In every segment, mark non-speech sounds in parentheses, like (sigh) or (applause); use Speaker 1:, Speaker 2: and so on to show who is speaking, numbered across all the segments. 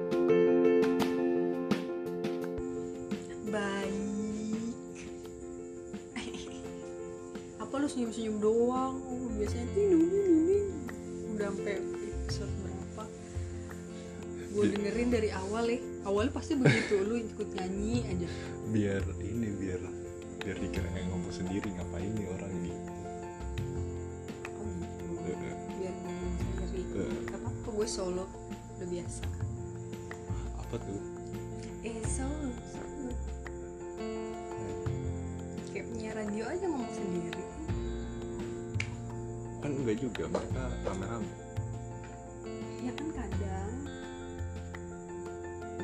Speaker 1: (laughs) senyum-senyum doang Oh, biasanya ding ding ding ding udah sampai episode berapa gue dengerin dari awal ya awalnya pasti begitu lu ikut nyanyi aja
Speaker 2: biar ini biar biar dikira yang ngomong sendiri ngapain nih orang gitu
Speaker 1: oh gitu
Speaker 2: Eh,
Speaker 1: biar ngomong sendiri gak apa-apa gue solo udah biasa
Speaker 2: apa tuh
Speaker 1: eh solo solo kayak punya radio aja ngomong sendiri
Speaker 2: kan enggak juga mereka rame-rame
Speaker 1: ya kan kadang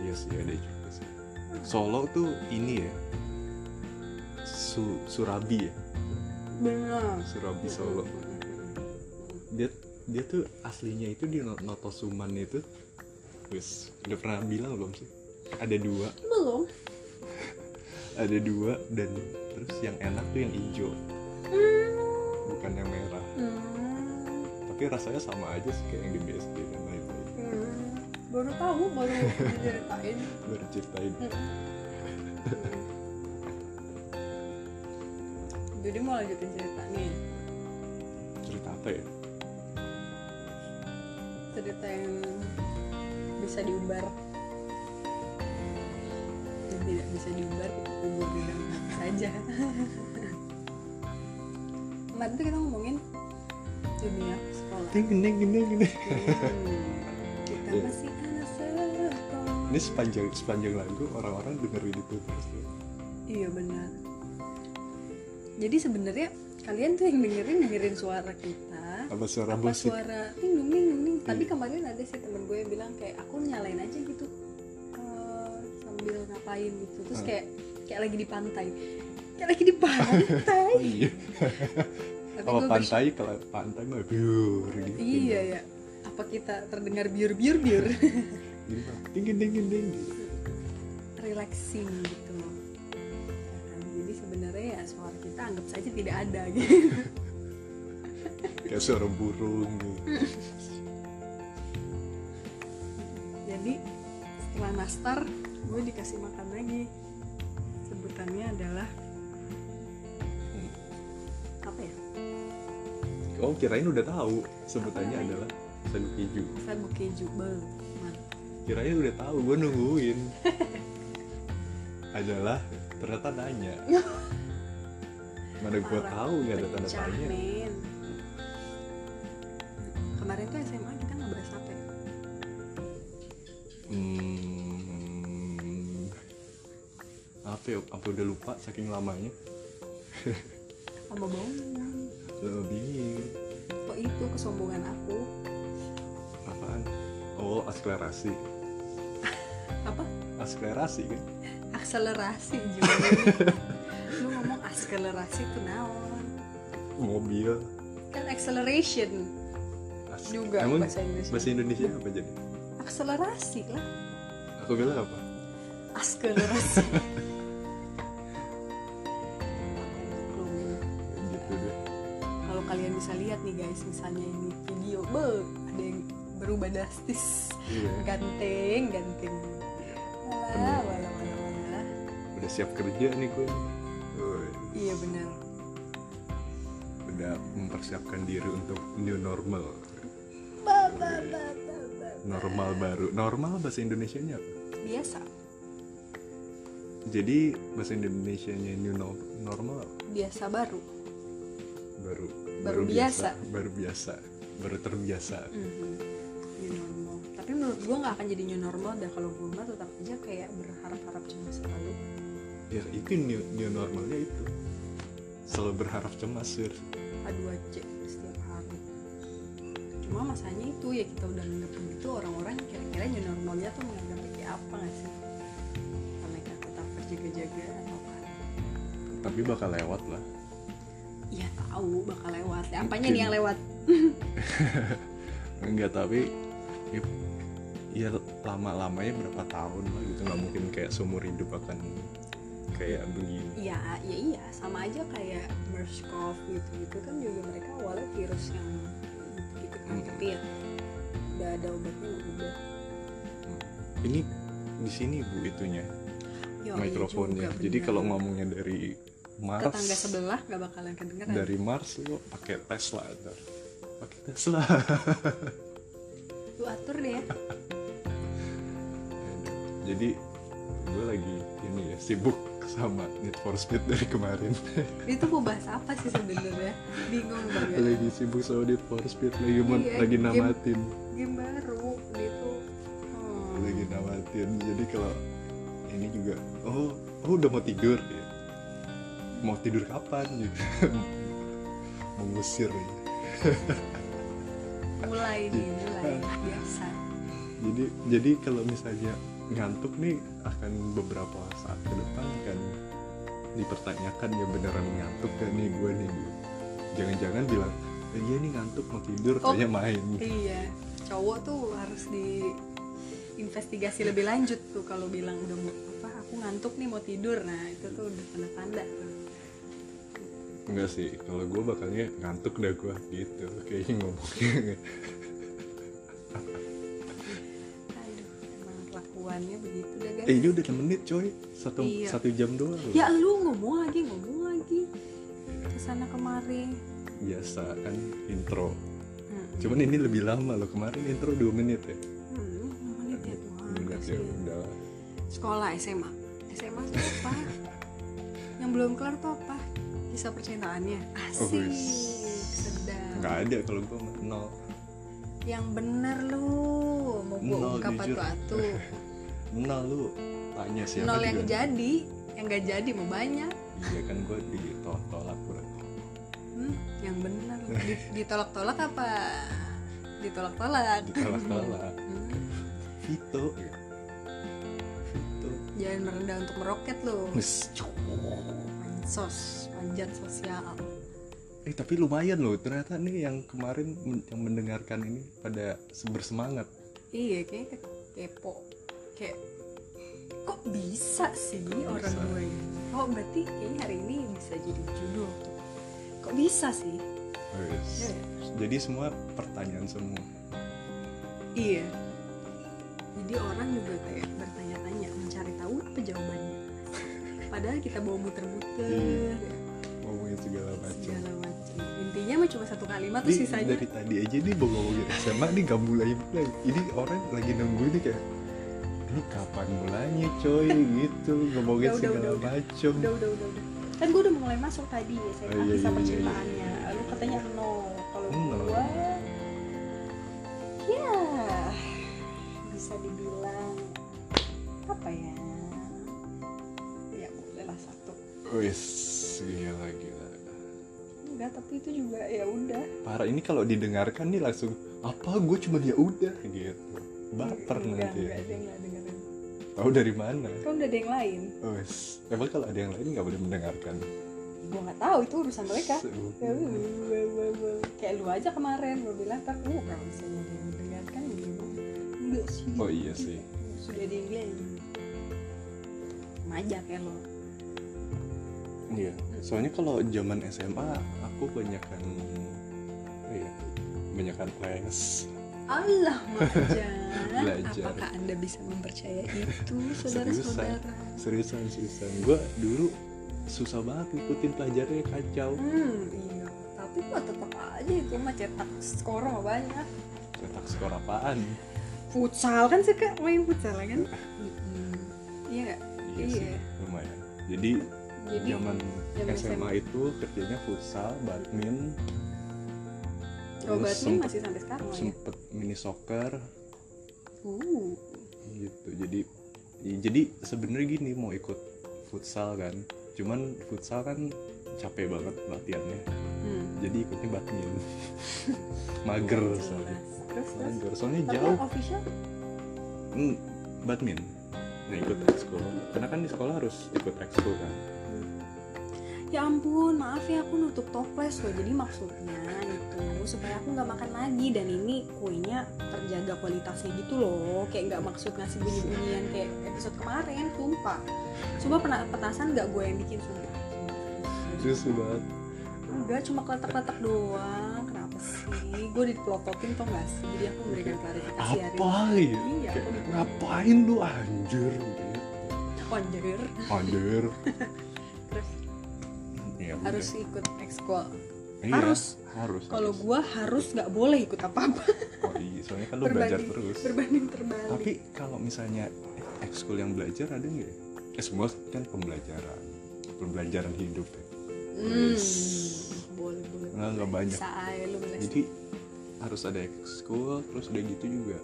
Speaker 2: iya sih ada juga sih Solo tuh ini ya Su- Surabi ya
Speaker 1: benar
Speaker 2: Surabi Solo dia dia tuh aslinya itu di No- Notosuman itu wis udah pernah bilang belum sih ada dua
Speaker 1: belum
Speaker 2: ada dua dan terus yang enak tuh yang hijau bukan yang merah
Speaker 1: Hmm.
Speaker 2: tapi rasanya sama aja sih kayak yang di BSD dan lain-lain
Speaker 1: Hmm, baru tahu baru diceritain Hmm.
Speaker 2: baru ceritain
Speaker 1: jadi mau lanjutin cerita nih Hmm.
Speaker 2: cerita apa ya
Speaker 1: cerita yang bisa diumbar yang tidak bisa diumbar kita kubur di dalam hati saja kemarin tuh kita ngomongin dunia sekolah
Speaker 2: gini gini gini gini
Speaker 1: Hmm, kita masih anak sekolah
Speaker 2: ini sepanjang sepanjang lagu orang-orang dengerin itu terus tuh
Speaker 1: Iya benar. Jadi sebenarnya kalian tuh yang dengerin dengerin suara kita
Speaker 2: apa suara
Speaker 1: apa
Speaker 2: musik
Speaker 1: suara ting dung ding dung ding. Tapi
Speaker 2: Iya.
Speaker 1: kemarin ada sih temen gue yang bilang kayak aku nyalain aja gitu eh, sambil ngapain gitu. Terus
Speaker 2: Hmm.
Speaker 1: kayak kayak lagi di pantai. Kayak lagi di
Speaker 2: (laughs)
Speaker 1: pantai.
Speaker 2: oh iya
Speaker 1: Tapi
Speaker 2: kalau
Speaker 1: gue bersyukur-
Speaker 2: pantai kalau pantai mah biur gitu
Speaker 1: Iya ya. Apa kita terdengar biur-biur-biur? (laughs)
Speaker 2: Gini mah, ding ding ding ding
Speaker 1: relaxing gitu. Ya kan? Jadi sebenarnya ya suara kita anggap saja tidak ada (laughs) gitu.
Speaker 2: kayak suara burung gitu
Speaker 1: jadi setelah nastar gue dikasih makan lagi sebutannya adalah apa ya Hmm.
Speaker 2: oh kirain udah tahu sebutannya adalah sagu keju
Speaker 1: sagu keju bel
Speaker 2: kirain udah tahu gue nungguin
Speaker 1: (laughs)
Speaker 2: adalah ternyata
Speaker 1: (laughs)
Speaker 2: nanya mana gue tahu nggak ada tanda tanya
Speaker 1: kemarin tuh SMA kita ngebahas apa ya
Speaker 2: hmm, apa ya apa udah lupa saking lamanya
Speaker 1: sama bau
Speaker 2: Udah bingung
Speaker 1: kok itu kesombongan aku
Speaker 2: apaan oh akselerasi
Speaker 1: apa
Speaker 2: akselerasi kan
Speaker 1: akselerasi juga
Speaker 2: (laughs)
Speaker 1: lu ngomong akselerasi tuh naon
Speaker 2: mobil
Speaker 1: kan acceleration
Speaker 2: As-
Speaker 1: Juga
Speaker 2: Emang
Speaker 1: bahasa Inggrisnya.
Speaker 2: bahasa Indonesia apa jadi
Speaker 1: akselerasi lah
Speaker 2: aku bilang apa
Speaker 1: Askelerasi.
Speaker 2: gitu deh
Speaker 1: Kalau kalian bisa lihat nih guys, misalnya ini video, be, ada yang berubah drastis,
Speaker 2: iya
Speaker 1: ganteng, ganteng. Wala, wala, wala, wala.
Speaker 2: udah siap kerja nih gue Woi,
Speaker 1: Iya benar.
Speaker 2: udah mempersiapkan diri untuk new normal
Speaker 1: Ba, ba, ba, ba, ba.
Speaker 2: normal baru normal bahasa Indonesia nya apa
Speaker 1: Biasa,
Speaker 2: jadi bahasa Indonesia nya new no- normal
Speaker 1: biasa baru.
Speaker 2: baru
Speaker 1: Baru biasa.
Speaker 2: baru biasa baru terbiasa
Speaker 1: Mhm. New normal. Tapi menurut gua nggak akan jadi new normal dah kalau gua mah tetap aja kayak berharap-harap cuma selalu.
Speaker 2: ya itu new, new normalnya itu selalu berharap cemas Sir.
Speaker 1: A2C setiap hari cuma masanya itu ya kita udah nganggep begitu orang-orang kira-kira new normalnya tuh menganggapnya kayak apa gak sih Apa mereka tetap berjaga-jaga atau apa
Speaker 2: tapi bakal lewat lah
Speaker 1: iya tahu bakal lewat Ya, apanya nih yang lewat
Speaker 2: enggak tapi ya, ya lama-lamanya berapa tahun lah gitu nggak mungkin kayak seumur hidup akan kayak begini
Speaker 1: iya iya iya sama aja kayak MERS-CoV gitu gitu kan juga mereka awalnya virus yang gitu kan
Speaker 2: Hmm.
Speaker 1: tapi ya udah ada obatnya udah
Speaker 2: ini di sini bu itunya
Speaker 1: Ya, iya
Speaker 2: mikrofonnya
Speaker 1: juga,
Speaker 2: jadi
Speaker 1: bener.
Speaker 2: kalau ngomongnya dari Mars
Speaker 1: tetangga kan. sebelah nggak bakalan kedengeran
Speaker 2: dari Mars lu pakai Tesla ntar pakai Tesla
Speaker 1: lu atur deh ya
Speaker 2: jadi gue lagi ini ya sibuk sama Need for Speed dari kemarin
Speaker 1: itu mau bahas apa sih sebenarnya bingung ya. banget
Speaker 2: lagi sibuk sama Need for Speed lagi men-
Speaker 1: Iya,
Speaker 2: lagi
Speaker 1: game.
Speaker 2: namatin
Speaker 1: game baru itu hmm.
Speaker 2: lagi namatin jadi kalau ini juga oh oh udah mau tidur ya mau tidur kapan (laughs) gitu mengusir ya.
Speaker 1: mulai nih mulai biasa
Speaker 2: jadi jadi kalau misalnya ngantuk nih akan beberapa saat ke depan akan dipertanyakan ya beneran ngantuk gak nih gue nih gitu. jangan-jangan bilang "Eh, iya nih ngantuk mau tidur
Speaker 1: Oh.
Speaker 2: kayaknya main
Speaker 1: iya cowok tuh harus di investigasi lebih lanjut tuh kalau bilang udah mau apa aku ngantuk nih mau tidur nah itu tuh udah tanda-tanda tuh.
Speaker 2: enggak sih kalau gue bakalnya ngantuk dah gue gitu kayaknya
Speaker 1: (laughs)
Speaker 2: ngomongnya
Speaker 1: aduh emang kelakuannya begitu deh guys
Speaker 2: eh ini udah 6 menit coy satu
Speaker 1: Iya.
Speaker 2: satu jam doang loh.
Speaker 1: ya lu ngomong lagi ngomong lagi kesana kemari
Speaker 2: biasa kan intro
Speaker 1: hmm.
Speaker 2: cuman ini lebih lama loh kemarin intro 2 menit ya
Speaker 1: Hmm, ngomongin dia Tuhan,
Speaker 2: menit ya
Speaker 1: kasihan.
Speaker 2: udah lah.
Speaker 1: sekolah SMA SMA tuh apa yang belum kelar tuh apa kisah percintaannya asik
Speaker 2: Wis.
Speaker 1: sedap
Speaker 2: nggak ada kalau gue nol
Speaker 1: yang bener lu mau gua
Speaker 2: Nol,
Speaker 1: ungkap
Speaker 2: jujur.
Speaker 1: atu
Speaker 2: nol lu tanya (laughs) siapa
Speaker 1: nol
Speaker 2: juga
Speaker 1: yang
Speaker 2: nol.
Speaker 1: jadi yang gak jadi mau banyak
Speaker 2: iya kan gue ditolak berarti
Speaker 1: hmm, yang bener lu. Di- ditolak-tolak apa ditolak-tolak (laughs)
Speaker 2: ditolak-tolak
Speaker 1: Hmm,
Speaker 2: Vito ya. Vito
Speaker 1: jangan merendah untuk meroket lu
Speaker 2: Wis, cuk.
Speaker 1: sos panjat sosial
Speaker 2: eh tapi lumayan loh ternyata nih yang kemarin men- yang mendengarkan ini pada bersemangat
Speaker 1: Iya, kayaknya ke- kepo. Kayak kok bisa sih orang
Speaker 2: bisa?
Speaker 1: gue? Oh, berarti kayaknya hari ini bisa jadi judul. tuh. Kok bisa sih?
Speaker 2: Wis. jadi semua pertanyaan semua
Speaker 1: Iya. Jadi orang juga kayak bertanya-tanya, mencari tahu apa jawabannya. Padahal kita bawa
Speaker 2: Iya.
Speaker 1: muter-muter
Speaker 2: ngomongin segala macam
Speaker 1: segala macam. Intinya mah cuma satu kalimat tuh
Speaker 2: Ini
Speaker 1: sisanya
Speaker 2: dari tadi aja nih bawa ngomongin SMA nih gak mulai mulai ini orang lagi nunggu nih kayak ini kapan mulainya coy
Speaker 1: (laughs)
Speaker 2: gitu ngomongin
Speaker 1: Udah, udah,
Speaker 2: segala
Speaker 1: udah, udah.
Speaker 2: macam
Speaker 1: udah udah udah udah. Kan gue udah mulai masuk tadi ya, saya
Speaker 2: Oh, iya,
Speaker 1: kisah
Speaker 2: iya, Hmm, iya,
Speaker 1: percintaannya. Lalu katanya nol. Kalau
Speaker 2: Nol.
Speaker 1: gue ya bisa dibilang apa ya? Ya boleh lah satu.
Speaker 2: wis gila gila
Speaker 1: Enggak, tapi itu juga ya udah.
Speaker 2: parah ini kalau didengarkan nih langsung apa gue cuma ya udah gitu baper
Speaker 1: enggak,
Speaker 2: nanti ya.
Speaker 1: Enggak, gitu. dia enggak dengerin.
Speaker 2: tahu dari mana
Speaker 1: Kan udah ada yang lain.
Speaker 2: wis emang kalau ada yang lain nggak boleh mendengarkan
Speaker 1: Gue nggak tahu itu urusan mereka.
Speaker 2: So-
Speaker 1: Ya, wah, wah, wah. kayak lu aja kemarin lu bilang ntar lu kalau misalnya dia mendengarkan gimana Kan enggak sih
Speaker 2: Oh, iya sih.
Speaker 1: sudah ada yang lain majak ya lo
Speaker 2: Iya, soalnya kalau zaman SMA aku banyakan iya, banyakan les.
Speaker 1: Allah majak
Speaker 2: Belajar.
Speaker 1: apakah anda bisa mempercaya
Speaker 2: (laughs)
Speaker 1: itu
Speaker 2: Seriusan,
Speaker 1: saudara-saudara
Speaker 2: seriusan, seriusan. Gue dulu susah banget ngikutin pelajarannya kacau.
Speaker 1: hmm iya tapi gua tetap aja itu mah cetak skor mah banyak
Speaker 2: Cetak skor apaan?
Speaker 1: futsal kan sih kak main futsal kan Mm-mm. iya nggak?
Speaker 2: Iya sih, lumayan. Jadi
Speaker 1: Jadi,
Speaker 2: zaman
Speaker 1: zaman
Speaker 2: SMA itu kerjanya futsal,
Speaker 1: Oh,
Speaker 2: badminton,
Speaker 1: iya. Kalau
Speaker 2: Terus
Speaker 1: badminton
Speaker 2: sempet-
Speaker 1: masih sampai sekarang lah ya.
Speaker 2: sempet mini soccer,
Speaker 1: Uh.
Speaker 2: gitu jadi i- jadi sebenarnya gini mau ikut futsal kan cuman futsal kan capek banget latihannya
Speaker 1: Hmm.
Speaker 2: jadi ikutnya badminton (laughs) mager
Speaker 1: Jelas.
Speaker 2: soalnya
Speaker 1: Terus terus.
Speaker 2: mager soalnya
Speaker 1: Tapi
Speaker 2: jauh
Speaker 1: yang official?
Speaker 2: hmm, badminton nah ikut ekskul karena kan di sekolah harus ikut ekskul kan
Speaker 1: Ya ampun, maaf ya aku nutup toples loh. Jadi maksudnya itu supaya aku nggak makan lagi dan ini kuenya terjaga kualitasnya gitu loh. Kayak nggak maksud ngasih bunyi-bunyian kayak episode kemarin, sumpah. Coba pernah petasan nggak gue yang bikin sumpah.
Speaker 2: justru banget
Speaker 1: Enggak, cuma keletak-keletak doang. Kenapa sih? Gue dipelototin tau gak sih? Jadi aku memberikan klarifikasi hari
Speaker 2: apa ya
Speaker 1: Iya,
Speaker 2: Kayak,
Speaker 1: aku dibilang.
Speaker 2: ngapain lu anjir gitu ya.
Speaker 1: (laughs) ini. Anjir.
Speaker 2: anjir
Speaker 1: Terus
Speaker 2: Iya, udah.
Speaker 1: harus ikut ekskul
Speaker 2: Iya,
Speaker 1: harus.
Speaker 2: harus
Speaker 1: kalau
Speaker 2: harus.
Speaker 1: gua harus nggak boleh ikut apa apa
Speaker 2: oh, iya. soalnya kan lu belajar terus
Speaker 1: berbanding terbalik
Speaker 2: tapi kalau misalnya eh, ekskul yang belajar ada nggak ya eh, semua kan pembelajaran pembelajaran hidup ya
Speaker 1: hmm, boleh boleh
Speaker 2: nggak nggak banyak
Speaker 1: bisa aja lu les
Speaker 2: jadi harus ada ekskul terus udah gitu juga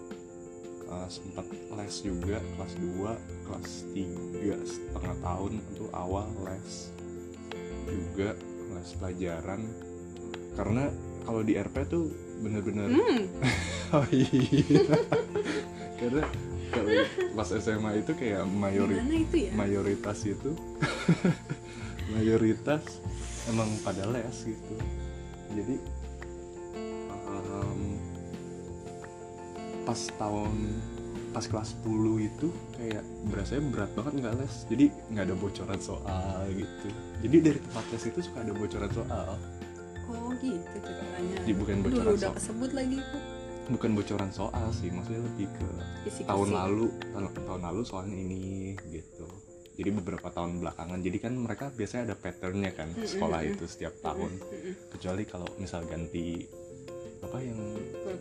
Speaker 2: uh, sempat les juga kelas 2 kelas 3 setengah tahun itu awal les juga les pelajaran karena kalau di RP tuh bener-bener
Speaker 1: hmm
Speaker 2: (laughs) oh iya karena kalau pas SMA itu kayak mayoritas
Speaker 1: gimana itu ya
Speaker 2: mayoritas itu (laughs) mayoritas emang pada les gitu jadi em, pas tahun pas kelas 10 itu kayak berasanya berat banget nggak les jadi nggak ada bocoran soal gitu jadi dari tempat les itu suka ada bocoran soal
Speaker 1: oh gitu tuh caranya
Speaker 2: Di- bukan
Speaker 1: dulu
Speaker 2: bocoran
Speaker 1: udah
Speaker 2: soal.
Speaker 1: kesebut lagi itu
Speaker 2: bukan bocoran soal sih maksudnya lebih ke
Speaker 1: kisi-kisi
Speaker 2: tahun lalu tahun, tahun lalu soalnya ini gitu jadi beberapa tahun belakangan jadi kan mereka biasanya ada patternnya kan
Speaker 1: Mm, mm,
Speaker 2: sekolah
Speaker 1: mm.
Speaker 2: itu setiap tahun
Speaker 1: Mm-mm.
Speaker 2: kecuali kalau misal ganti apa yang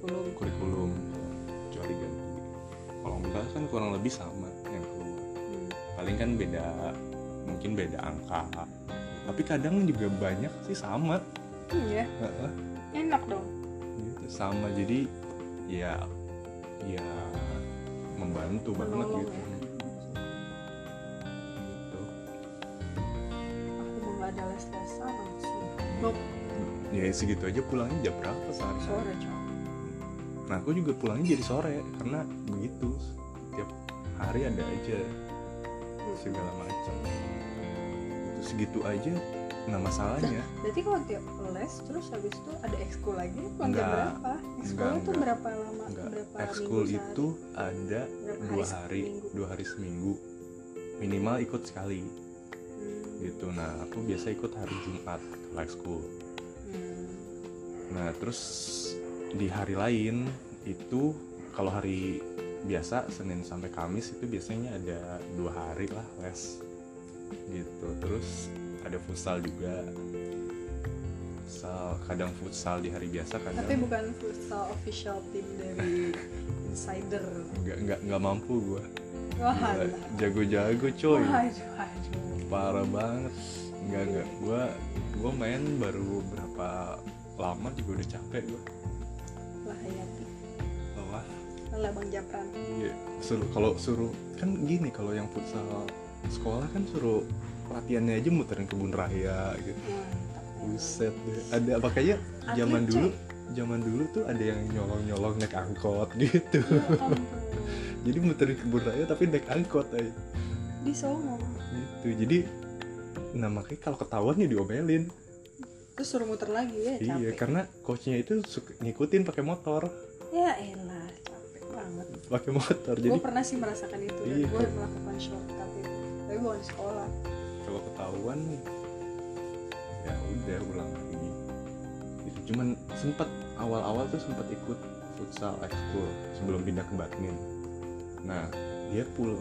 Speaker 1: kurikulum
Speaker 2: kurikulum kecuali ganti kalau enggak kan kurang lebih sama yang keluar
Speaker 1: Hmm.
Speaker 2: paling kan beda mungkin beda angka tapi kadang juga banyak sih sama
Speaker 1: iya
Speaker 2: Heeh,
Speaker 1: enak dong
Speaker 2: gitu. sama jadi ya ya membantu banget
Speaker 1: Menolong
Speaker 2: gitu
Speaker 1: ya.
Speaker 2: Gitu.
Speaker 1: aku mau nggak ada les lesan langsung blok
Speaker 2: ya segitu aja pulangnya jam berapa sehari
Speaker 1: sore cowok
Speaker 2: nah aku juga pulangnya jadi sore karena begitu tiap hari ada aja segala macam itu segitu aja nah masalahnya
Speaker 1: Hmm. berarti kalau tiap les terus habis itu ada ekskul lagi pulang jam
Speaker 2: Enggak.
Speaker 1: berapa ekskul
Speaker 2: Enggak,
Speaker 1: tuh
Speaker 2: enggak.
Speaker 1: (laughs) berapa lama
Speaker 2: nggak
Speaker 1: berapa
Speaker 2: ekskul
Speaker 1: minggu sehari?
Speaker 2: itu ada
Speaker 1: Berapa
Speaker 2: dua
Speaker 1: hari
Speaker 2: hari
Speaker 1: seminggu?
Speaker 2: dua hari seminggu minimal ikut sekali
Speaker 1: Hmm.
Speaker 2: gitu nah aku biasa ikut hari Jumat kalau ekskul
Speaker 1: Hmm.
Speaker 2: Nah, terus di hari lain itu kalau hari biasa Senin sampai Kamis itu biasanya ada dua hari lah les gitu. Terus ada futsal juga. Futsal kadang futsal di hari biasa kadang
Speaker 1: tapi bukan futsal official team dari insider
Speaker 2: nggak nggak nggak mampu gua.
Speaker 1: wah
Speaker 2: Gila,
Speaker 1: alah.
Speaker 2: Jago-jago coy.
Speaker 1: waduh waduh
Speaker 2: Parah banget. Nggak nggak gua gua main baru berapa lama juga udah capek gua.
Speaker 1: lah hayati
Speaker 2: Lelah.
Speaker 1: lah bang Japran
Speaker 2: Iya, suruh kalau suruh kan gini kalau yang futsal sekolah kan suruh latihannya aja muterin kebun raya gitu. Buset deh. Ada makanya
Speaker 1: Atlet,
Speaker 2: zaman
Speaker 1: coy.
Speaker 2: dulu zaman dulu tuh ada yang nyolong-nyolong naik angkot (laughs) gitu.
Speaker 1: Ya ampun.
Speaker 2: Jadi muterin kebun raya tapi naik angkot aja.
Speaker 1: di Songo
Speaker 2: Gitu. Jadi nah makanya kalau ketahuan ya diomelin.
Speaker 1: terus suruh muter lagi ya
Speaker 2: Iya,
Speaker 1: capek
Speaker 2: karena coachnya itu suka ngikutin pakai motor,
Speaker 1: ya elah capek banget
Speaker 2: pakai motor.
Speaker 1: gue
Speaker 2: Jadi
Speaker 1: pernah sih merasakan itu dan
Speaker 2: Iya.
Speaker 1: gue melakukan shortcut itu tapi bukan di sekolah
Speaker 2: kalau ketahuan nih ya udah ulang lagi itu cuman sempat awal-awal tuh sempat ikut futsal ekskul sebelum pindah ke badminton nah dia pul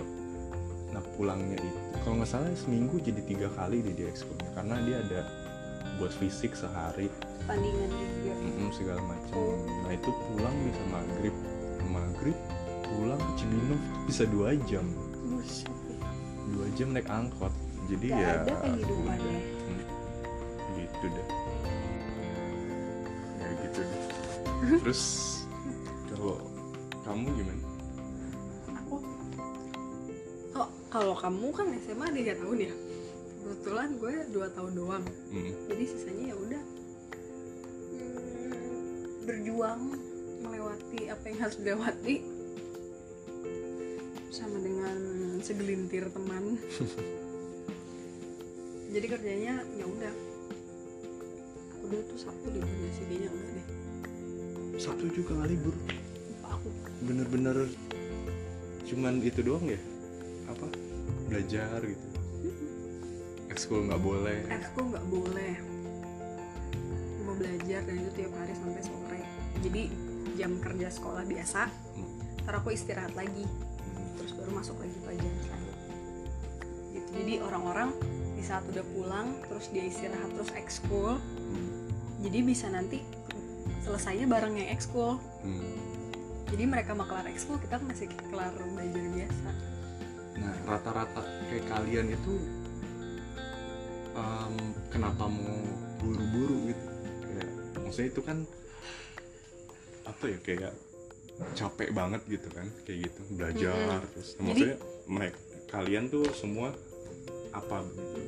Speaker 2: nah pulangnya itu kalau nggak salah seminggu jadi tiga kali deh dia ekskulnya karena dia ada buat fisik sehari
Speaker 1: tandingan juga
Speaker 2: mm-mm, segala macam nah itu pulang bisa maghrib maghrib pulang ke Cibinong bisa dua jam
Speaker 1: buset
Speaker 2: dua jam naik angkot jadi
Speaker 1: Nggak
Speaker 2: ya
Speaker 1: ada kehidupannya.
Speaker 2: udah. Hmm. gitu deh ya gitu
Speaker 1: (laughs)
Speaker 2: deh terus kalau kamu gimana
Speaker 1: aku oh, kalau kamu kan SMA ada tiga tahun ya kebetulan gue dua tahun doang
Speaker 2: hmm.
Speaker 1: jadi sisanya ya udah hmm, berjuang melewati apa yang harus dilewati sama dengan segelintir teman jadi kerjanya ya udah aku dulu tuh sabtu liburnya sih kayaknya enggak deh
Speaker 2: satu juga nggak libur
Speaker 1: Lupa aku
Speaker 2: bener-bener cuman itu doang ya apa belajar gitu ekskul nggak boleh
Speaker 1: aku nggak boleh mau belajar dan itu tiap hari sampai sore jadi jam kerja sekolah biasa
Speaker 2: Hmm.
Speaker 1: ntar aku istirahat lagi
Speaker 2: Hmm.
Speaker 1: terus baru masuk lagi pelajaran terakhir gitu jadi orang-orang di di saat udah pulang terus dia istirahat terus ekskul
Speaker 2: Hmm.
Speaker 1: jadi bisa nanti selesainya bareng yang ekskul
Speaker 2: Hmm.
Speaker 1: jadi mereka mau kelar ekskul kita masih kelar belajar biasa
Speaker 2: Nah, rata-rata kayak kalian itu em, kenapa mau buru-buru gitu? Kayak, maksudnya itu kan apa ya kayak capek banget gitu kan, kayak gitu belajar terus.
Speaker 1: Jadi-
Speaker 2: Nah, maksudnya mereka kalian tuh semua apa gitu?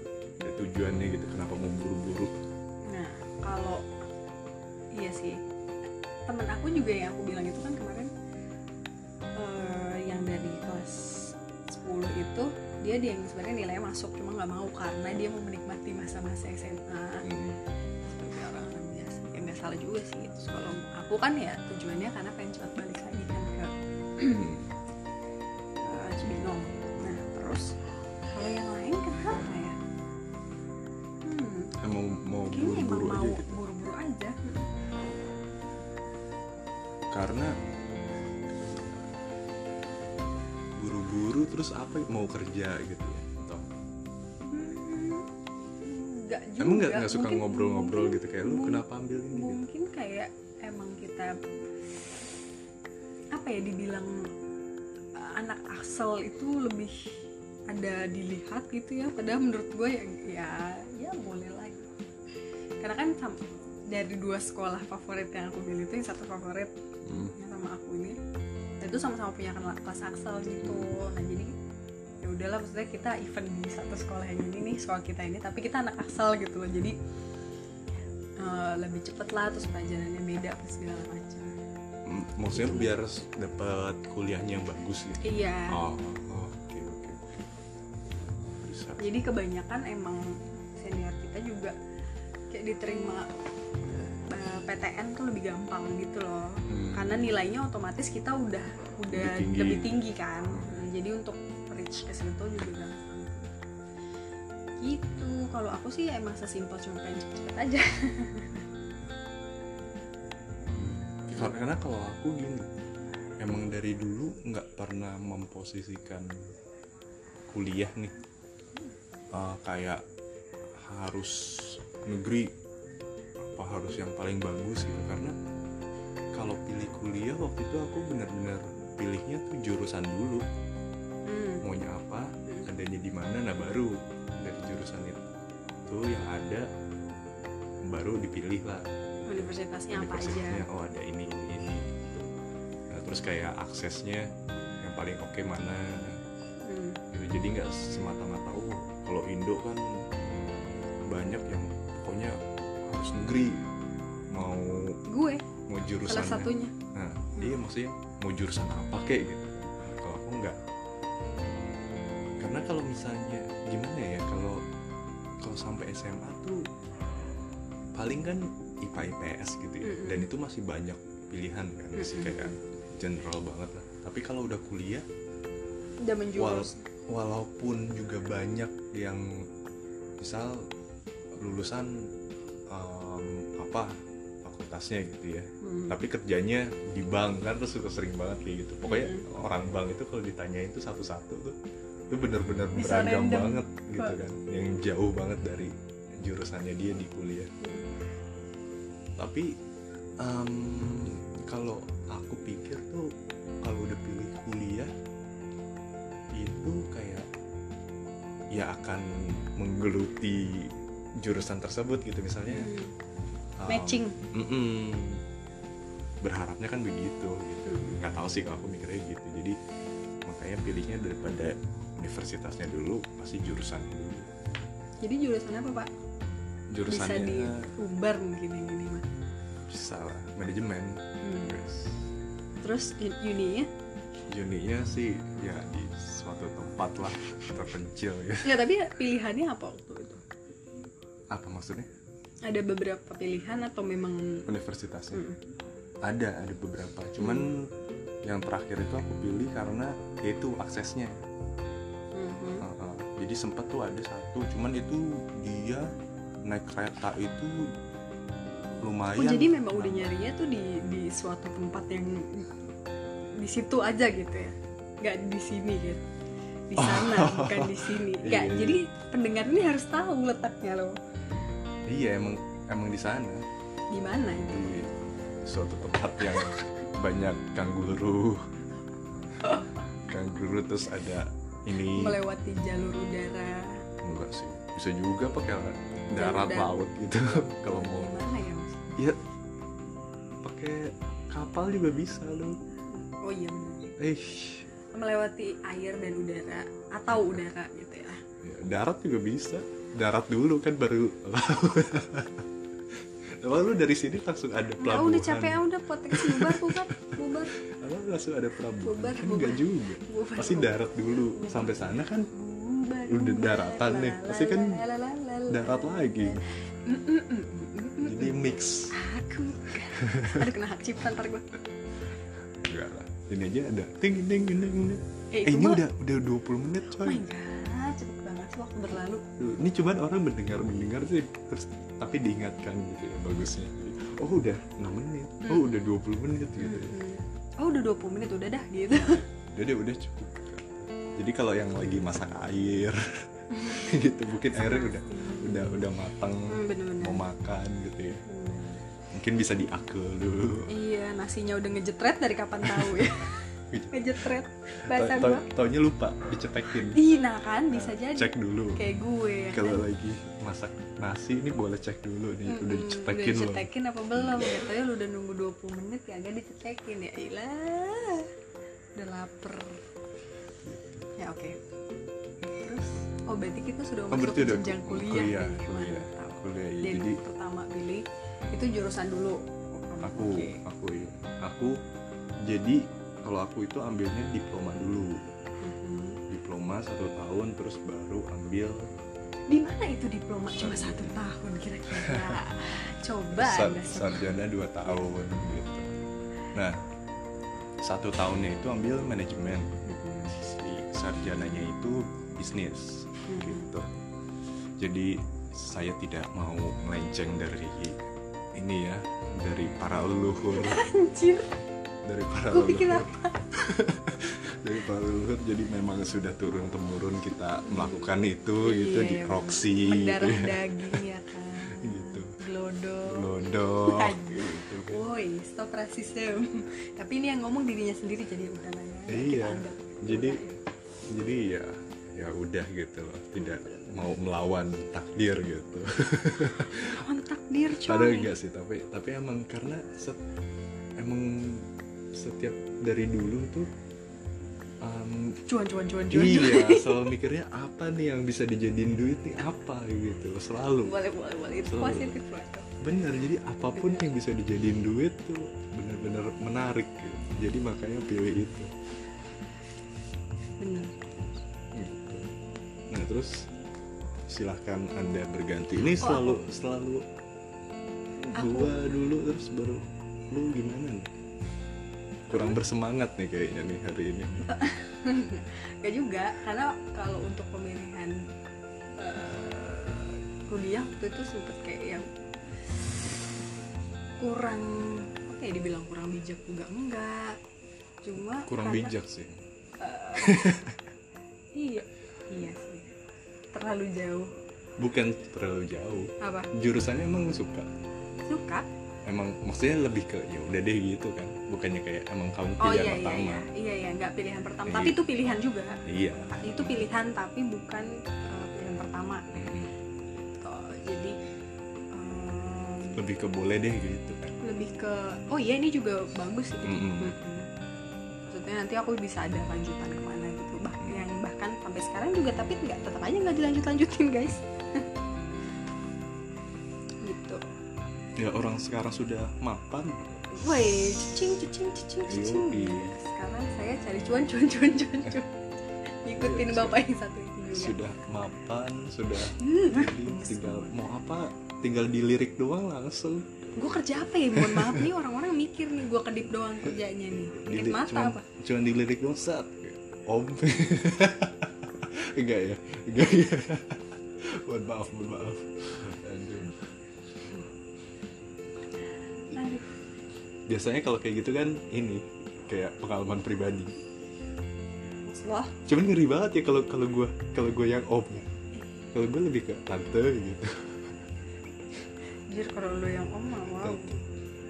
Speaker 2: Ya, tujuannya gitu kenapa mau buru-buru?
Speaker 1: nah kalau iya sih temen aku juga yang aku bilang itu kan kemarin eh, yang dari kelas 10 itu dia dia yang sebenarnya nilainya masuk cuma nggak mau karena dia mau menikmati masa-masa SMA
Speaker 2: Hmm.
Speaker 1: seperti orang-orang biasa ya nggak salah juga sih Terus kalau aku kan ya tujuannya karena pengen cepat balik lagi kan ke
Speaker 2: Hmm.
Speaker 1: ke Cibinong nah terus kalau yang lain kenapa ya hmm
Speaker 2: Emang mau
Speaker 1: kayaknya emang
Speaker 2: buru-buru
Speaker 1: mau
Speaker 2: aja gitu.
Speaker 1: buru-buru aja Hmm,
Speaker 2: Karena buru-buru terus apa mau kerja gitu ya? Atau
Speaker 1: Hmm, nggak juga
Speaker 2: Emang nggak nggak suka
Speaker 1: Mungkin-
Speaker 2: ngobrol-ngobrol
Speaker 1: mungkin-
Speaker 2: gitu kayak lu
Speaker 1: mung-
Speaker 2: kenapa ambil ini gitu?
Speaker 1: mungkin kayak emang kita apa ya dibilang eh, anak asal itu lebih ada dilihat gitu ya padahal menurut gue ya ya, ya boleh lah karena kan sam- dari dua sekolah favorit yang aku pilih itu yang satu favorit
Speaker 2: Hmm.
Speaker 1: yang sama aku ini dan itu sama-sama punya kela- kelas aksel gitu nah jadi ya udahlah maksudnya kita event di satu sekolah yang ini nih sekolah kita ini tapi kita anak aksel gitu loh jadi eh, lebih cepet lah terus pelajarannya beda terus segala macam
Speaker 2: M- hmm. Maksudnya biar s- dapat kuliahnya yang bagus gitu.
Speaker 1: iya
Speaker 2: Oh, oh, oke oke. Bisa.
Speaker 1: jadi kebanyakan emang senior kita juga kayak diterima eh, PTN tuh lebih gampang gitu loh
Speaker 2: Hmm.
Speaker 1: karena nilainya otomatis kita udah udah
Speaker 2: Lebih tinggi. Hmm.
Speaker 1: lebih tinggi, kan Nah, jadi untuk reach ke situ juga gampang gitu kalau aku sih emang sesimpel cuma pengen cepet-cepet aja
Speaker 2: Karena kalau aku gini, emang dari dulu nggak pernah memposisikan kuliah nih Eh, kayak harus negeri apa harus yang paling bagus gitu karena kalau pilih kuliah waktu itu aku benar-benar pilihnya tuh jurusan dulu
Speaker 1: Hmm.
Speaker 2: maunya apa adanya di mana nah baru dari jurusan itu yang ada baru dipilih lah
Speaker 1: universitasnya apa aja
Speaker 2: universitasnya oh ada ini ini ini gitu. Nah, terus kayak aksesnya yang paling oke mana
Speaker 1: Hmm.
Speaker 2: gitu. jadi nggak semata-mata oh kalau Indo kan banyak yang pokoknya harus negeri mau
Speaker 1: gue
Speaker 2: mau jurusan
Speaker 1: salah satunya
Speaker 2: nah iya maksudnya mau jurusan apa kek gitu Nah, kalau aku nggak karena kalau misalnya gimana ya kalau kalau sampai SMA tuh paling kan IPA IPS gitu ya
Speaker 1: Mm-mm.
Speaker 2: dan itu masih banyak pilihan kan
Speaker 1: Mm-mm.
Speaker 2: masih kayak general banget lah tapi kalau udah kuliah
Speaker 1: udah menjurus
Speaker 2: wal- walaupun juga banyak yang misal lulusan em, apa fakultasnya gitu ya
Speaker 1: Hmm.
Speaker 2: tapi kerjanya di bank kan terus suka sering banget kayak gitu pokoknya
Speaker 1: Mhm.
Speaker 2: orang bank itu kalau ditanyain tuh satu-satu tuh itu bener-bener
Speaker 1: Bisa
Speaker 2: beragam
Speaker 1: random.
Speaker 2: banget gitu kan yang jauh banget dari jurusannya dia di kuliah
Speaker 1: Mm.
Speaker 2: tapi em, kalau aku pikir tuh kalau udah pilih kuliah itu kayak ya akan menggeluti jurusan tersebut gitu misalnya
Speaker 1: Hmm.
Speaker 2: em,
Speaker 1: matching
Speaker 2: um, Mm-mm. berharapnya kan begitu gitu
Speaker 1: Hmm.
Speaker 2: nggak tahu sih kalau aku mikirnya gitu jadi makanya pilihnya daripada universitasnya dulu pasti jurusan dulu
Speaker 1: jadi jurusan apa pak bisa
Speaker 2: jurusannya
Speaker 1: di
Speaker 2: bisa,
Speaker 1: Uber mungkin yang ini mah
Speaker 2: lah manajemen
Speaker 1: Hmm.
Speaker 2: guys
Speaker 1: terus ya? i- uninya
Speaker 2: uninya sih ya di suatu tempat lah terpencil ya
Speaker 1: ya tapi pilihannya apa waktu itu
Speaker 2: apa maksudnya
Speaker 1: ada beberapa pilihan atau memang
Speaker 2: universitasnya
Speaker 1: Mm.
Speaker 2: ada ada beberapa cuman yang terakhir itu aku pilih karena yaitu aksesnya
Speaker 1: Mhm.
Speaker 2: Heeh. Jadi sempat tuh ada satu, cuman itu dia naik kereta itu lumayan.
Speaker 1: oh jadi memang udah nyarinya tuh di di suatu tempat yang di situ aja gitu ya nggak di sini gitu di sana bukan di
Speaker 2: (laughs)
Speaker 1: sini ya
Speaker 2: Oh. Iya.
Speaker 1: jadi pendengar ini harus tahu letaknya loh
Speaker 2: iya emang emang di sana
Speaker 1: di mana gitu? itu
Speaker 2: di suatu tempat yang banyak kanguru kanguru terus ada ini
Speaker 1: melewati jalur udara
Speaker 2: enggak sih bisa juga pakai darat
Speaker 1: Jalur
Speaker 2: laut gitu (laughs) kalau mau
Speaker 1: gimana ya mas
Speaker 2: ya pakai kapal juga bisa lu
Speaker 1: oh iya benar
Speaker 2: eh
Speaker 1: melewati air dan udara atau udara gitu ya
Speaker 2: ya, darat juga bisa darat dulu kan baru lalu dari sini langsung ada
Speaker 1: Nggak,
Speaker 2: pelabuhan
Speaker 1: udah capek ah, udah podcast bubar bubar bubar
Speaker 2: Lalu langsung ada pelabuhan
Speaker 1: Bubar,
Speaker 2: kan
Speaker 1: bubar.
Speaker 2: enggak juga
Speaker 1: Bubar,
Speaker 2: pasti
Speaker 1: bubar.
Speaker 2: darat dulu sampai sana kan
Speaker 1: bubar
Speaker 2: Udah
Speaker 1: bubar,
Speaker 2: daratan nih,
Speaker 1: la, la,
Speaker 2: pasti kan
Speaker 1: la, la, la, la, la.
Speaker 2: darat lagi
Speaker 1: Mm, mm, mm, mm, mm.
Speaker 2: jadi mix
Speaker 1: aku kan. aduh kena hak cipta ntar gue
Speaker 2: enggak lah ini aja ada ting ting ting ting ting.
Speaker 1: Eh,
Speaker 2: eh,
Speaker 1: itu
Speaker 2: ini
Speaker 1: mah-
Speaker 2: udah udah 20 menit
Speaker 1: oh
Speaker 2: coy
Speaker 1: my god cepet banget sih waktu berlalu
Speaker 2: ini cuman orang mendengar mendengar sih terus tapi diingatkan gitu ya bagusnya Jadi, oh udah 6 menit oh udah 20 menit gitu ya.
Speaker 1: Mm. oh udah 20 menit udah dah
Speaker 2: (laughs)
Speaker 1: gitu
Speaker 2: udah deh udah cukup jadi kalau yang lagi masak air (laughs) gitu mungkin airnya udah udah udah matang
Speaker 1: Hmm, bener-bener.
Speaker 2: mau makan gitu ya mungkin bisa diakel dulu
Speaker 1: iya nasinya udah ngejetret dari kapan tahu
Speaker 2: (laughs)
Speaker 1: ya ngejetret bahasa
Speaker 2: Ta-
Speaker 1: gue
Speaker 2: ta- taunya lupa dicetekin
Speaker 1: Ih, nah kan bisa jadi
Speaker 2: cek dulu
Speaker 1: kayak gue ya kan?
Speaker 2: kalau lagi masak nasi ini boleh cek dulu nih
Speaker 1: Mm-mm,
Speaker 2: Iya, udah dicetekin
Speaker 1: Hmm, udah
Speaker 2: loh
Speaker 1: dicetekin apa belum katanya lu udah nunggu 20 menit kagak dicetekin ya ilah udah lapar ya oke terus oh berarti kita sudah
Speaker 2: Oh,
Speaker 1: masuk
Speaker 2: berarti
Speaker 1: ke
Speaker 2: udah
Speaker 1: jenjang
Speaker 2: ku-
Speaker 1: kuliah
Speaker 2: kuliah,
Speaker 1: nih,
Speaker 2: kuliah,
Speaker 1: mantap.
Speaker 2: kuliah, iya.
Speaker 1: jadi
Speaker 2: Jadi-
Speaker 1: pertama pilih itu jurusan dulu
Speaker 2: aku
Speaker 1: Oke.
Speaker 2: aku ya aku jadi kalau aku itu ambilnya diploma dulu
Speaker 1: Mhm.
Speaker 2: diploma satu tahun terus baru ambil
Speaker 1: di mana itu diploma cuma satu tahun
Speaker 2: (laughs)
Speaker 1: kira-kira coba
Speaker 2: sar-
Speaker 1: anda sebut.
Speaker 2: sarjana dua tahun gitu nah satu tahunnya itu ambil manajemen si sarjananya itu bisnis
Speaker 1: Hmm.
Speaker 2: gitu jadi saya tidak mau melenceng dari ini ya dari para
Speaker 1: (laughs)
Speaker 2: leluhur
Speaker 1: anjir
Speaker 2: dari para
Speaker 1: gue pikir
Speaker 2: leluhur
Speaker 1: apa
Speaker 2: (laughs) dari para leluhur jadi memang sudah turun temurun kita melakukan itu gitu
Speaker 1: Iya,
Speaker 2: di
Speaker 1: iya,
Speaker 2: proxy gitu,
Speaker 1: mendarah
Speaker 2: ya,
Speaker 1: daging ya kan
Speaker 2: (laughs) gitu.
Speaker 1: glodok
Speaker 2: Glodok,
Speaker 1: Anjir.
Speaker 2: gitu kan.
Speaker 1: Woi, stop rasisme. (laughs) Tapi ini yang ngomong dirinya sendiri jadi udah lah ya.
Speaker 2: iya
Speaker 1: Kita anggap.
Speaker 2: jadi jadi ya ya udah gitu loh tidak mau melawan takdir gitu (laughs)
Speaker 1: lawan takdir coy.
Speaker 2: ada enggak sih tapi tapi emang karena set, emang setiap dari dulu tuh um,
Speaker 1: Cuan cuan cuan cuan.
Speaker 2: iya selalu mikirnya apa nih yang bisa dijadiin duit nih apa gitu loh, selalu
Speaker 1: (laughs) Boleh boleh boleh itu
Speaker 2: Selalu.
Speaker 1: positif banget.
Speaker 2: bener jadi apapun yang bisa dijadiin duit tuh bener-bener menarik gitu. jadi makanya pilih itu
Speaker 1: Benar.
Speaker 2: Gitu. Nah terus silahkan anda berganti. Ini selalu selalu gua dulu terus baru lu gimana nih? Kurang bersemangat nih kayaknya nih hari ini.
Speaker 1: Gak juga karena kalau untuk pemilihan eh, kuliah waktu itu sempet kayak yang kurang apa ya dibilang kurang bijak juga enggak cuma
Speaker 2: Kurang
Speaker 1: karena- eh,
Speaker 2: bijak sih. (laughs)
Speaker 1: iya iya sih terlalu jauh
Speaker 2: Bukan terlalu jauh.
Speaker 1: apa
Speaker 2: Jurusannya emang suka.
Speaker 1: suka
Speaker 2: Emang maksudnya lebih ke ya udah deh gitu kan. Bukannya kayak emang kamu
Speaker 1: oh
Speaker 2: pilihan
Speaker 1: iya iya
Speaker 2: pertama.
Speaker 1: iya iya iya nggak pilihan pertama
Speaker 2: Iya.
Speaker 1: tapi itu pilihan juga
Speaker 2: Iya.
Speaker 1: itu pilihan tapi bukan eh, pilihan pertama
Speaker 2: Mm-mm.
Speaker 1: gitu jadi em,
Speaker 2: Lebih ke boleh deh gitu kan.
Speaker 1: eh, lebih ke oh iya ini juga bagus gitu
Speaker 2: Mm-mm.
Speaker 1: Mm-mm. maksudnya nanti aku bisa ada lanjutan kemana gitu bah yang bahkan sampai sekarang juga tapi nggak tetap aja nggak dilanjut lanjutin guys (laughs) gitu
Speaker 2: Ya orang sekarang sudah mapan.
Speaker 1: Woi, cicing, cicing, cicing, cicing.
Speaker 2: Yoi.
Speaker 1: Sekarang saya cari cuan, cuan, cuan, cuan, cuan. Ngikutin
Speaker 2: Iya,
Speaker 1: bapak yang satu itu juga.
Speaker 2: sudah mapan
Speaker 1: (laughs)
Speaker 2: sudah jadi tinggal mau apa tinggal dilirik doang langsung
Speaker 1: Gue kerja apa ya? Mohon maaf nih orang-orang mikir nih gue kedip doang kerjanya nih. Kedip
Speaker 2: Dili-
Speaker 1: mata
Speaker 2: cuman,
Speaker 1: apa?
Speaker 2: cuman dilirik doang set om (laughs) enggak ya enggak ya mohon maaf mohon maaf Aduh.
Speaker 1: Aduh.
Speaker 2: biasanya kalau kayak gitu kan ini kayak pengalaman pribadi
Speaker 1: loh
Speaker 2: cuman ngeri banget ya kalau kalau gue kalau gue yang om ya kalau gue lebih ke tante gitu
Speaker 1: jujur kalau lu yang om mah wow
Speaker 2: tante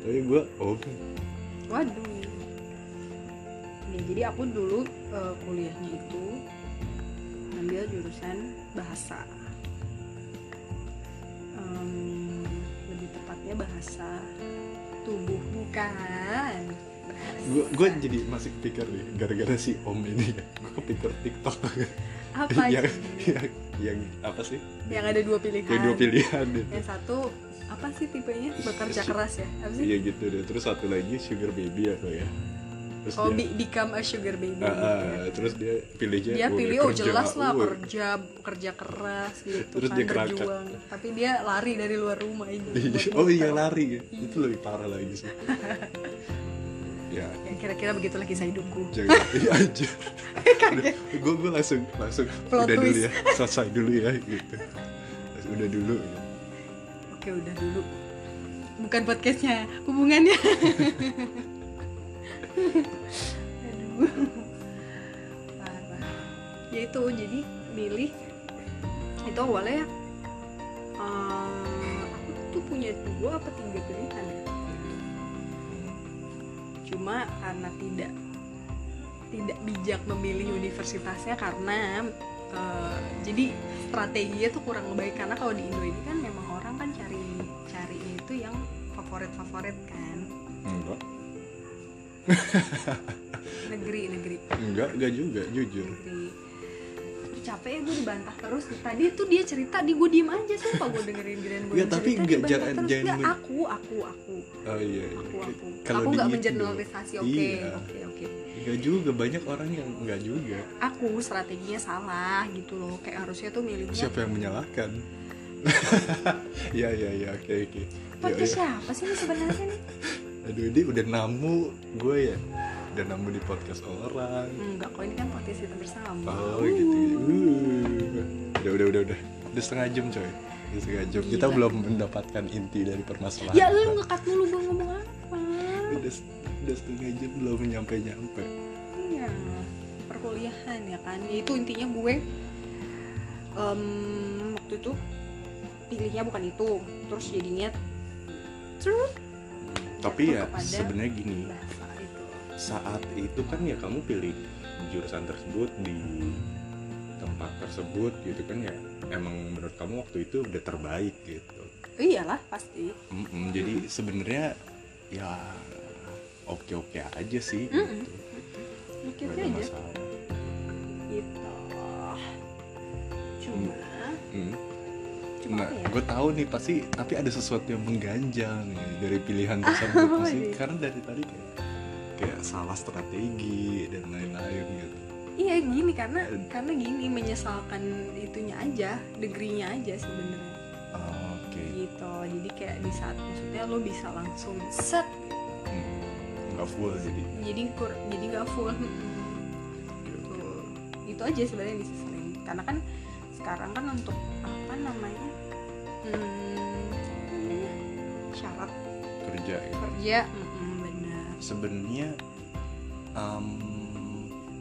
Speaker 2: tapi gue om
Speaker 1: waduh ya jadi aku dulu eh, kuliahnya itu ngambil jurusan bahasa Em, lebih tepatnya bahasa tubuh bukan
Speaker 2: gue
Speaker 1: Bahasa.
Speaker 2: gue jadi masih pikir nih gara-gara si om ini ya gue kepikir tiktok
Speaker 1: apa
Speaker 2: (laughs) yang,
Speaker 1: sih?
Speaker 2: yang yang apa sih
Speaker 1: yang ada dua pilihan
Speaker 2: yang dua pilihan itu
Speaker 1: yang satu apa sih tipenya bekerja keras ya apa sih
Speaker 2: iya gitu deh terus satu lagi sugar baby apa ya terus
Speaker 1: oh
Speaker 2: dia
Speaker 1: be- become a sugar baby
Speaker 2: Ah, ah,
Speaker 1: gitu ya.
Speaker 2: terus dia pilihnya
Speaker 1: dia
Speaker 2: gue
Speaker 1: pilih oh
Speaker 2: kerja,
Speaker 1: jelas lah
Speaker 2: gue.
Speaker 1: kerja kerja keras gitu
Speaker 2: Terus
Speaker 1: kan
Speaker 2: dia kerangkat.
Speaker 1: berjuang tapi dia lari dari luar rumah ini
Speaker 2: (laughs) Iya,
Speaker 1: buat
Speaker 2: (laughs) oh iya
Speaker 1: muter.
Speaker 2: lari ya. itu lebih parah lagi
Speaker 1: (laughs)
Speaker 2: sih ya
Speaker 1: ya kira-kira begitulah kisah hidupku
Speaker 2: jangan iya (laughs) aja gue gue langsung langsung
Speaker 1: Plot
Speaker 2: udah dulu
Speaker 1: twist.
Speaker 2: ya selesai dulu ya gitu Langsung, udah dulu ya.
Speaker 1: oke udah dulu bukan podcastnya hubungannya (laughs) aduh parah ya itu jadi milih itu awalnya eh, aku tuh punya dua apa tiga pilihan ya cuma karena tidak tidak bijak memilih universitasnya karena eh, jadi strateginya tuh kurang baik karena kalau di Indo ini kan memang orang kan cari carinya itu yang favorit favorit kan
Speaker 2: enggak
Speaker 1: negeri negeri
Speaker 2: enggak enggak juga jujur
Speaker 1: negeri Aduh, capek ya gue dibantah terus tadi tuh dia cerita di gue diem aja sumpah gue dengerin giliran gue
Speaker 2: Iya, tapi
Speaker 1: cerita,
Speaker 2: nggak,
Speaker 1: dibantah
Speaker 2: jangan-
Speaker 1: terus.
Speaker 2: jangan
Speaker 1: Nggak,
Speaker 2: men-
Speaker 1: aku aku aku
Speaker 2: oh iya
Speaker 1: aku aku
Speaker 2: Kalau
Speaker 1: aku
Speaker 2: di
Speaker 1: nggak
Speaker 2: Indo.
Speaker 1: mengeneralisasi oke
Speaker 2: Iya.
Speaker 1: oke oke
Speaker 2: enggak juga banyak orang yang enggak juga
Speaker 1: aku strateginya salah gitu loh kayak harusnya tuh milihnya
Speaker 2: siapa yang menyalahkan (laughs) ya ya ya oke oke Yuk,
Speaker 1: podcast
Speaker 2: yuk.
Speaker 1: siapa sih ini sebenarnya nih
Speaker 2: aduh ini udah namu gue ya udah namu di podcast orang
Speaker 1: enggak kok ini kan podcast kita bersama
Speaker 2: Oh gitu. gitu. Uh. Udah udah udah udah. Udah setengah jam coy. Udah setengah jam. Kita
Speaker 1: Gila.
Speaker 2: belum mendapatkan inti dari permasalahan.
Speaker 1: ya lu ngekat dulu gue ngomong apa
Speaker 2: Udah, s- udah setengah jam belum nyampe nyampe.
Speaker 1: iya perkuliahan ya kan Ya, itu intinya gue em, waktu itu pilihnya bukan itu terus jadinya terus
Speaker 2: Tapi ya
Speaker 1: kepada
Speaker 2: sebenarnya gini,
Speaker 1: bahasa itu
Speaker 2: saat itu kan ya kamu pilih jurusan tersebut di tempat tersebut gitu kan ya emang menurut kamu waktu itu udah terbaik gitu
Speaker 1: iyalah pasti
Speaker 2: Mm-mm, jadi sebenarnya ya oke oke aja sih
Speaker 1: Mm-mm.
Speaker 2: gitu.
Speaker 1: oke oke
Speaker 2: Nggak ada
Speaker 1: Hmm, aja
Speaker 2: masalah
Speaker 1: gitu cuma
Speaker 2: Hmm.
Speaker 1: Cuma
Speaker 2: nah,
Speaker 1: apa ya?
Speaker 2: gue tahu nih pasti tapi ada sesuatu yang mengganjal nih dari pilihan tersebut
Speaker 1: Ah, Apa
Speaker 2: pasti
Speaker 1: nih?
Speaker 2: karena dari tadi kayak kayak salah strategi dan lain-lain gitu.
Speaker 1: Iya gini karena karena gini menyesalkan itunya aja, degree-nya aja sebenarnya
Speaker 2: Oh, Oke,
Speaker 1: gitu. Jadi kayak di saat maksudnya lo bisa langsung set,
Speaker 2: Hmm, nggak full jadi.
Speaker 1: jadi kur, jadi nggak full. Gitu. Itu aja sebenarnya yang disesalin. Karena kan sekarang kan untuk apa namanya hmm, apa namanya? syarat
Speaker 2: kerja. Gitu.
Speaker 1: kerja mm-mm, benar.
Speaker 2: Sebenarnya, um,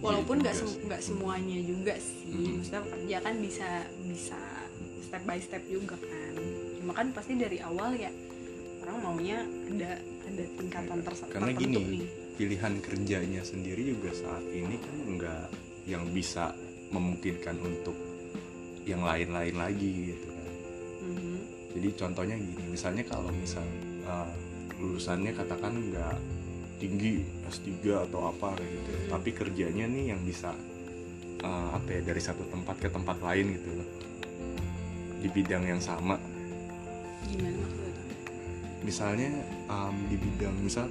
Speaker 1: Walaupun
Speaker 2: iya
Speaker 1: nggak
Speaker 2: juga
Speaker 1: sem-
Speaker 2: sih.
Speaker 1: nggak semuanya juga sih,
Speaker 2: Mm-mm.
Speaker 1: maksudnya kerja kan bisa bisa step by step juga kan. cuma kan pasti dari awal ya orang maunya ada ada tingkatan terse-
Speaker 2: Iya, Karena
Speaker 1: tertentu
Speaker 2: gini,
Speaker 1: nih
Speaker 2: pilihan kerjanya sendiri juga saat ini kan nggak yang bisa memungkinkan untuk yang lain-lain lagi gitu kan.
Speaker 1: Mhm.
Speaker 2: jadi contohnya gini misalnya kalau misal uh, lulusannya katakan nggak tinggi S3 atau apa kayak gitu
Speaker 1: Hmm.
Speaker 2: tapi kerjanya nih yang bisa uh, apa ya dari satu tempat ke tempat lain gitu loh di bidang yang sama
Speaker 1: gimana maksudnya tuh?
Speaker 2: misalnya um, di bidang misal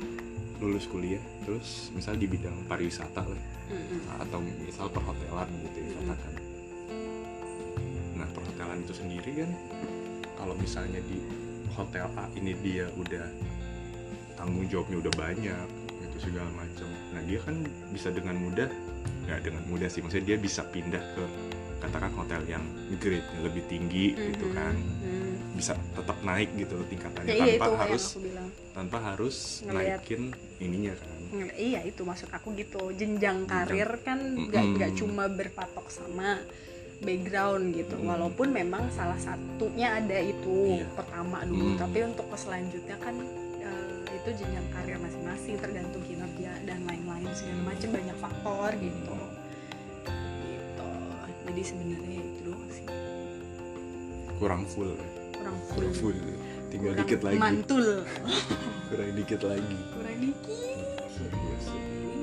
Speaker 2: lulus kuliah terus misal di bidang pariwisata lah
Speaker 1: Mhm.
Speaker 2: atau misal perhotelan gitu ya
Speaker 1: Mm.
Speaker 2: katakan nah perhotelan itu sendiri kan kalau misalnya di hotel A ini dia udah tanggung jawabnya udah banyak itu segala macam nah dia kan bisa dengan mudah nggak dengan mudah sih maksudnya dia bisa pindah ke katakan hotel yang grade lebih tinggi gitu
Speaker 1: Mhm.
Speaker 2: kan
Speaker 1: Mhm.
Speaker 2: bisa tetap naik gitu loh tingkatannya
Speaker 1: ya iya itu
Speaker 2: tanpa
Speaker 1: yang
Speaker 2: harus
Speaker 1: aku bilang
Speaker 2: tanpa harus
Speaker 1: Ngeliat.
Speaker 2: naikin ininya kan
Speaker 1: Nge- iya itu maksud aku gitu jenjang karir kan nggak
Speaker 2: Mm-mm.
Speaker 1: nggak cuma berpatok sama background gitu
Speaker 2: Mm.
Speaker 1: walaupun memang salah satunya ada itu
Speaker 2: Iya.
Speaker 1: pertama dulu
Speaker 2: Mm.
Speaker 1: tapi untuk ke selanjutnya kan eh, itu jenjang karir masing-masing tergantung kinerja dan lain-lain segala macam banyak faktor gitu
Speaker 2: Hmm.
Speaker 1: gitu jadi sebenarnya itu doang sih
Speaker 2: kurang full ya.
Speaker 1: kurang full,
Speaker 2: kurang full ya. tinggal
Speaker 1: kurang
Speaker 2: dikit lagi
Speaker 1: mantul
Speaker 2: kurang dikit lagi
Speaker 1: kurang dikit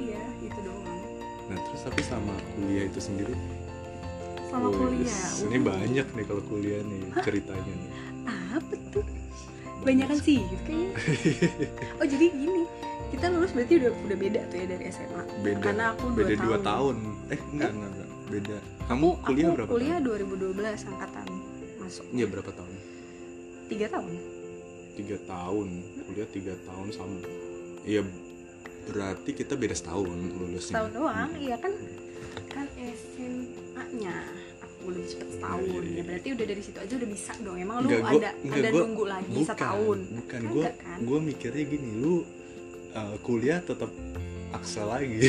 Speaker 1: iya itu doang
Speaker 2: nah terus tapi sama kuliah itu sendiri
Speaker 1: sama
Speaker 2: Wes,
Speaker 1: kuliah
Speaker 2: ini
Speaker 1: uh.
Speaker 2: banyak nih kalau kuliah nih ceritanya nih
Speaker 1: apa tuh banyakan kan sih kayaknya (laughs) oh jadi gini kita lulus berarti udah udah beda tuh ya dari SMA
Speaker 2: beda
Speaker 1: karena aku dua
Speaker 2: beda
Speaker 1: tahun,
Speaker 2: dua tahun eh enggak enggak enggak beda kamu kuliah
Speaker 1: aku
Speaker 2: berapa
Speaker 1: kuliah
Speaker 2: tahun
Speaker 1: 2012 angkatan masuk
Speaker 2: iya berapa tahun
Speaker 1: tiga tahun
Speaker 2: tiga tahun kuliah tiga tahun sama iya berarti kita beda setahun lulusnya
Speaker 1: setahun doang
Speaker 2: Hmm.
Speaker 1: iya kan kan SMA nya aku lebih cepet setahun
Speaker 2: Iya, iya,
Speaker 1: ya
Speaker 2: iya.
Speaker 1: berarti udah dari situ aja udah bisa dong emang Oh, lu
Speaker 2: Enggak, gua-
Speaker 1: ada
Speaker 2: enggak,
Speaker 1: ada
Speaker 2: gua-
Speaker 1: nunggu lagi
Speaker 2: bukan,
Speaker 1: setahun
Speaker 2: bukan
Speaker 1: Kan
Speaker 2: gue
Speaker 1: enggak kan?
Speaker 2: gue mikirnya gini lu uh, kuliah tetap aksa lagi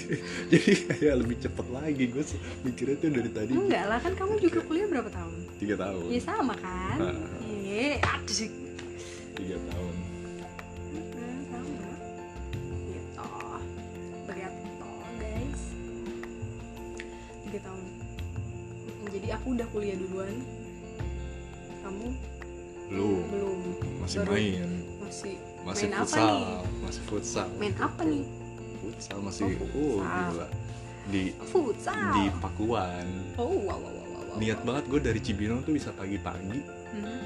Speaker 2: (laughs) jadi kayak lebih cepet lagi gue mikirnya tuh dari tadi
Speaker 1: enggak lah kan kamu juga kuliah berapa tahun
Speaker 2: tiga tahun
Speaker 1: ya sama kan
Speaker 2: Ah.
Speaker 1: iya aduh sih.
Speaker 2: tiga tahun
Speaker 1: Hmm, sama. Gitu. Berat toh, guys. Tiga tahun. Mm, Jadi aku udah kuliah duluan. Kamu
Speaker 2: lu
Speaker 1: belum.
Speaker 2: masih
Speaker 1: Baru-
Speaker 2: main
Speaker 1: Masih
Speaker 2: masih
Speaker 1: main apa
Speaker 2: futsal
Speaker 1: nih?
Speaker 2: masih futsal
Speaker 1: Main apa nih?
Speaker 2: futsal masih
Speaker 1: Oh,
Speaker 2: oh,
Speaker 1: futsal.
Speaker 2: gila di
Speaker 1: Futsal.
Speaker 2: di Pakuan
Speaker 1: Oh, wow, wow, wow, wow, wow.
Speaker 2: niat banget gue dari Cibinong tuh bisa pagi-pagi
Speaker 1: Hmm.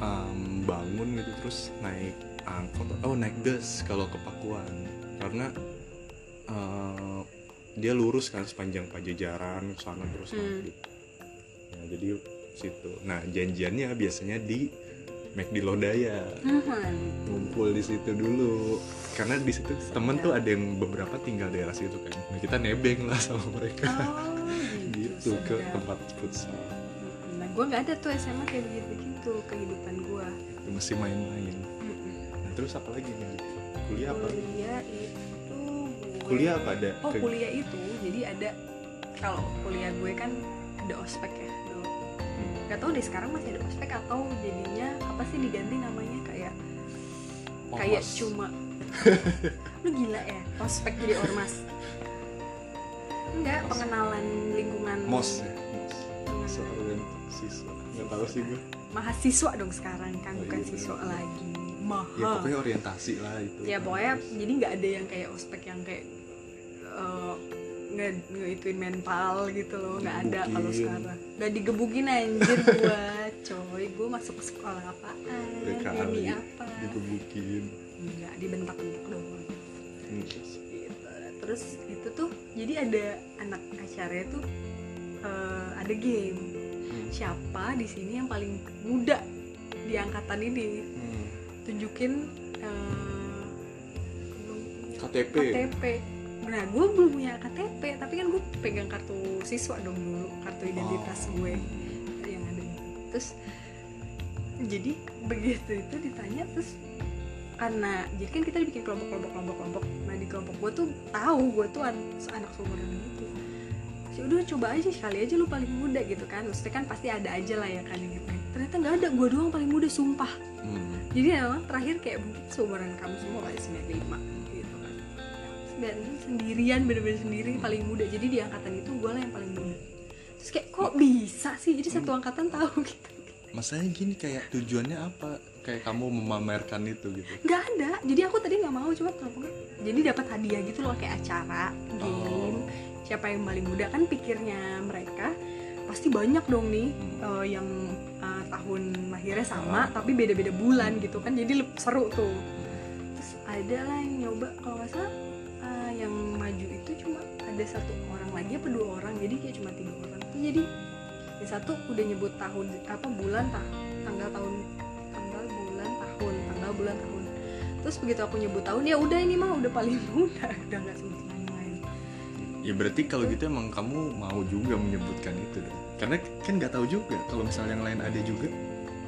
Speaker 2: um, bangun gitu terus naik angkot oh naik bus kalau ke Pakuan karena uh, dia lurus kan sepanjang Pajajaran sana terus
Speaker 1: Hmm.
Speaker 2: nanti nah, jadi situ nah janjiannya biasanya di McD Lodaya (laughs)
Speaker 1: Hmm.
Speaker 2: ngumpul di situ dulu karena di situ temen tuh ada yang beberapa tinggal daerah situ kan nah, kita nebeng lah sama mereka
Speaker 1: Oh,
Speaker 2: gitu ke
Speaker 1: sedap.
Speaker 2: tempat futsal
Speaker 1: Mm-mm. Nah, gue gak ada tuh SMA kayak begitu-begitu kehidupan gue.
Speaker 2: Itu masih main-main nah, terus apa lagi nih kuliah apa
Speaker 1: Kuliah itu gue-
Speaker 2: kuliah apa ada
Speaker 1: Oh
Speaker 2: ke-
Speaker 1: kuliah itu jadi ada kalau kuliah gue kan ada ospek ya. dulu.
Speaker 2: Hmm.
Speaker 1: Gak tau deh sekarang masih ada ospek atau jadinya apa sih diganti namanya kayak
Speaker 2: Oh,
Speaker 1: kayak
Speaker 2: Ormas.
Speaker 1: cuma
Speaker 2: (laughs)
Speaker 1: lu gila ya ospek jadi ormas. Enggak
Speaker 2: Ormas.
Speaker 1: pengenalan lingkungan
Speaker 2: mos ya mos seorang siswa nggak tahu sih gue
Speaker 1: mahasiswa dong sekarang kan
Speaker 2: Oh,
Speaker 1: bukan
Speaker 2: iya,
Speaker 1: siswa
Speaker 2: bener.
Speaker 1: lagi.
Speaker 2: ya
Speaker 1: Maha.
Speaker 2: pokoknya orientasi lah itu
Speaker 1: ya pokoknya jadi nggak ada yang kayak ospek yang kayak eh, nge ngeituin mental gitu loh nggak ada kalau
Speaker 2: Digebukin.
Speaker 1: sekarang nggak digebukin anjir gua (laughs) coy gua masuk ke sekolah apaan
Speaker 2: Ya kali.
Speaker 1: ini apa
Speaker 2: digebukin
Speaker 1: nggak dibentak-bentak doang
Speaker 2: Hmm, terus.
Speaker 1: gitu terus itu tuh jadi ada anak acaranya tuh eh, ada game
Speaker 2: Hmm.
Speaker 1: siapa di sini yang paling muda di angkatan ini
Speaker 2: Hmm.
Speaker 1: tunjukin eh,
Speaker 2: KTP
Speaker 1: KTP. Nah, gue belum punya KTP, tapi kan gue pegang kartu siswa dong dulu, kartu identitas
Speaker 2: Oh.
Speaker 1: gue yang ada. itu. Terus jadi begitu itu ditanya terus karena jadi kan kita dibikin kelompok kelompok kelompok kelompok nah di kelompok gue tuh tahu gue tuh an- anak seumuran gitu sih udah coba aja sekali aja lu paling muda gitu kan maksudnya kan pasti ada aja lah ya kan gitu ternyata nggak ada gue doang paling muda sumpah
Speaker 2: Hmm.
Speaker 1: jadi emang terakhir kayak mungkin seumuran kamu semua kali 95 gitu kan dan sendirian bener-bener sendiri paling muda jadi di angkatan itu gue lah yang paling muda terus kayak kok bisa sih jadi satu angkatan tahu (laughs) gitu
Speaker 2: masalahnya gini kayak tujuannya apa kayak kamu memamerkan itu gitu
Speaker 1: nggak ada jadi aku tadi nggak mau cuma kelompoknya jadi dapat hadiah gitu loh kayak acara game siapa yang paling muda kan pikirnya mereka pasti banyak dong nih eh, yang eh, tahun lahirnya sama tapi beda-beda bulan gitu kan jadi leb- seru tuh terus ada lah yang nyoba kalau nggak salah eh, yang maju itu cuma ada satu orang lagi apa dua orang jadi kayak cuma tiga orang tuh jadi yang satu udah nyebut tahun apa bulan tah- tanggal tahun tanggal bulan tahun tanggal bulan tahun terus begitu aku nyebut tahun ya udah ini mah udah paling (laughs) muda udah nggak sebut lain-lain
Speaker 2: ya berarti kalau gitu emang kamu mau juga menyebutkan itu dong karena kan nggak tahu juga kalau misalnya yang lain ada juga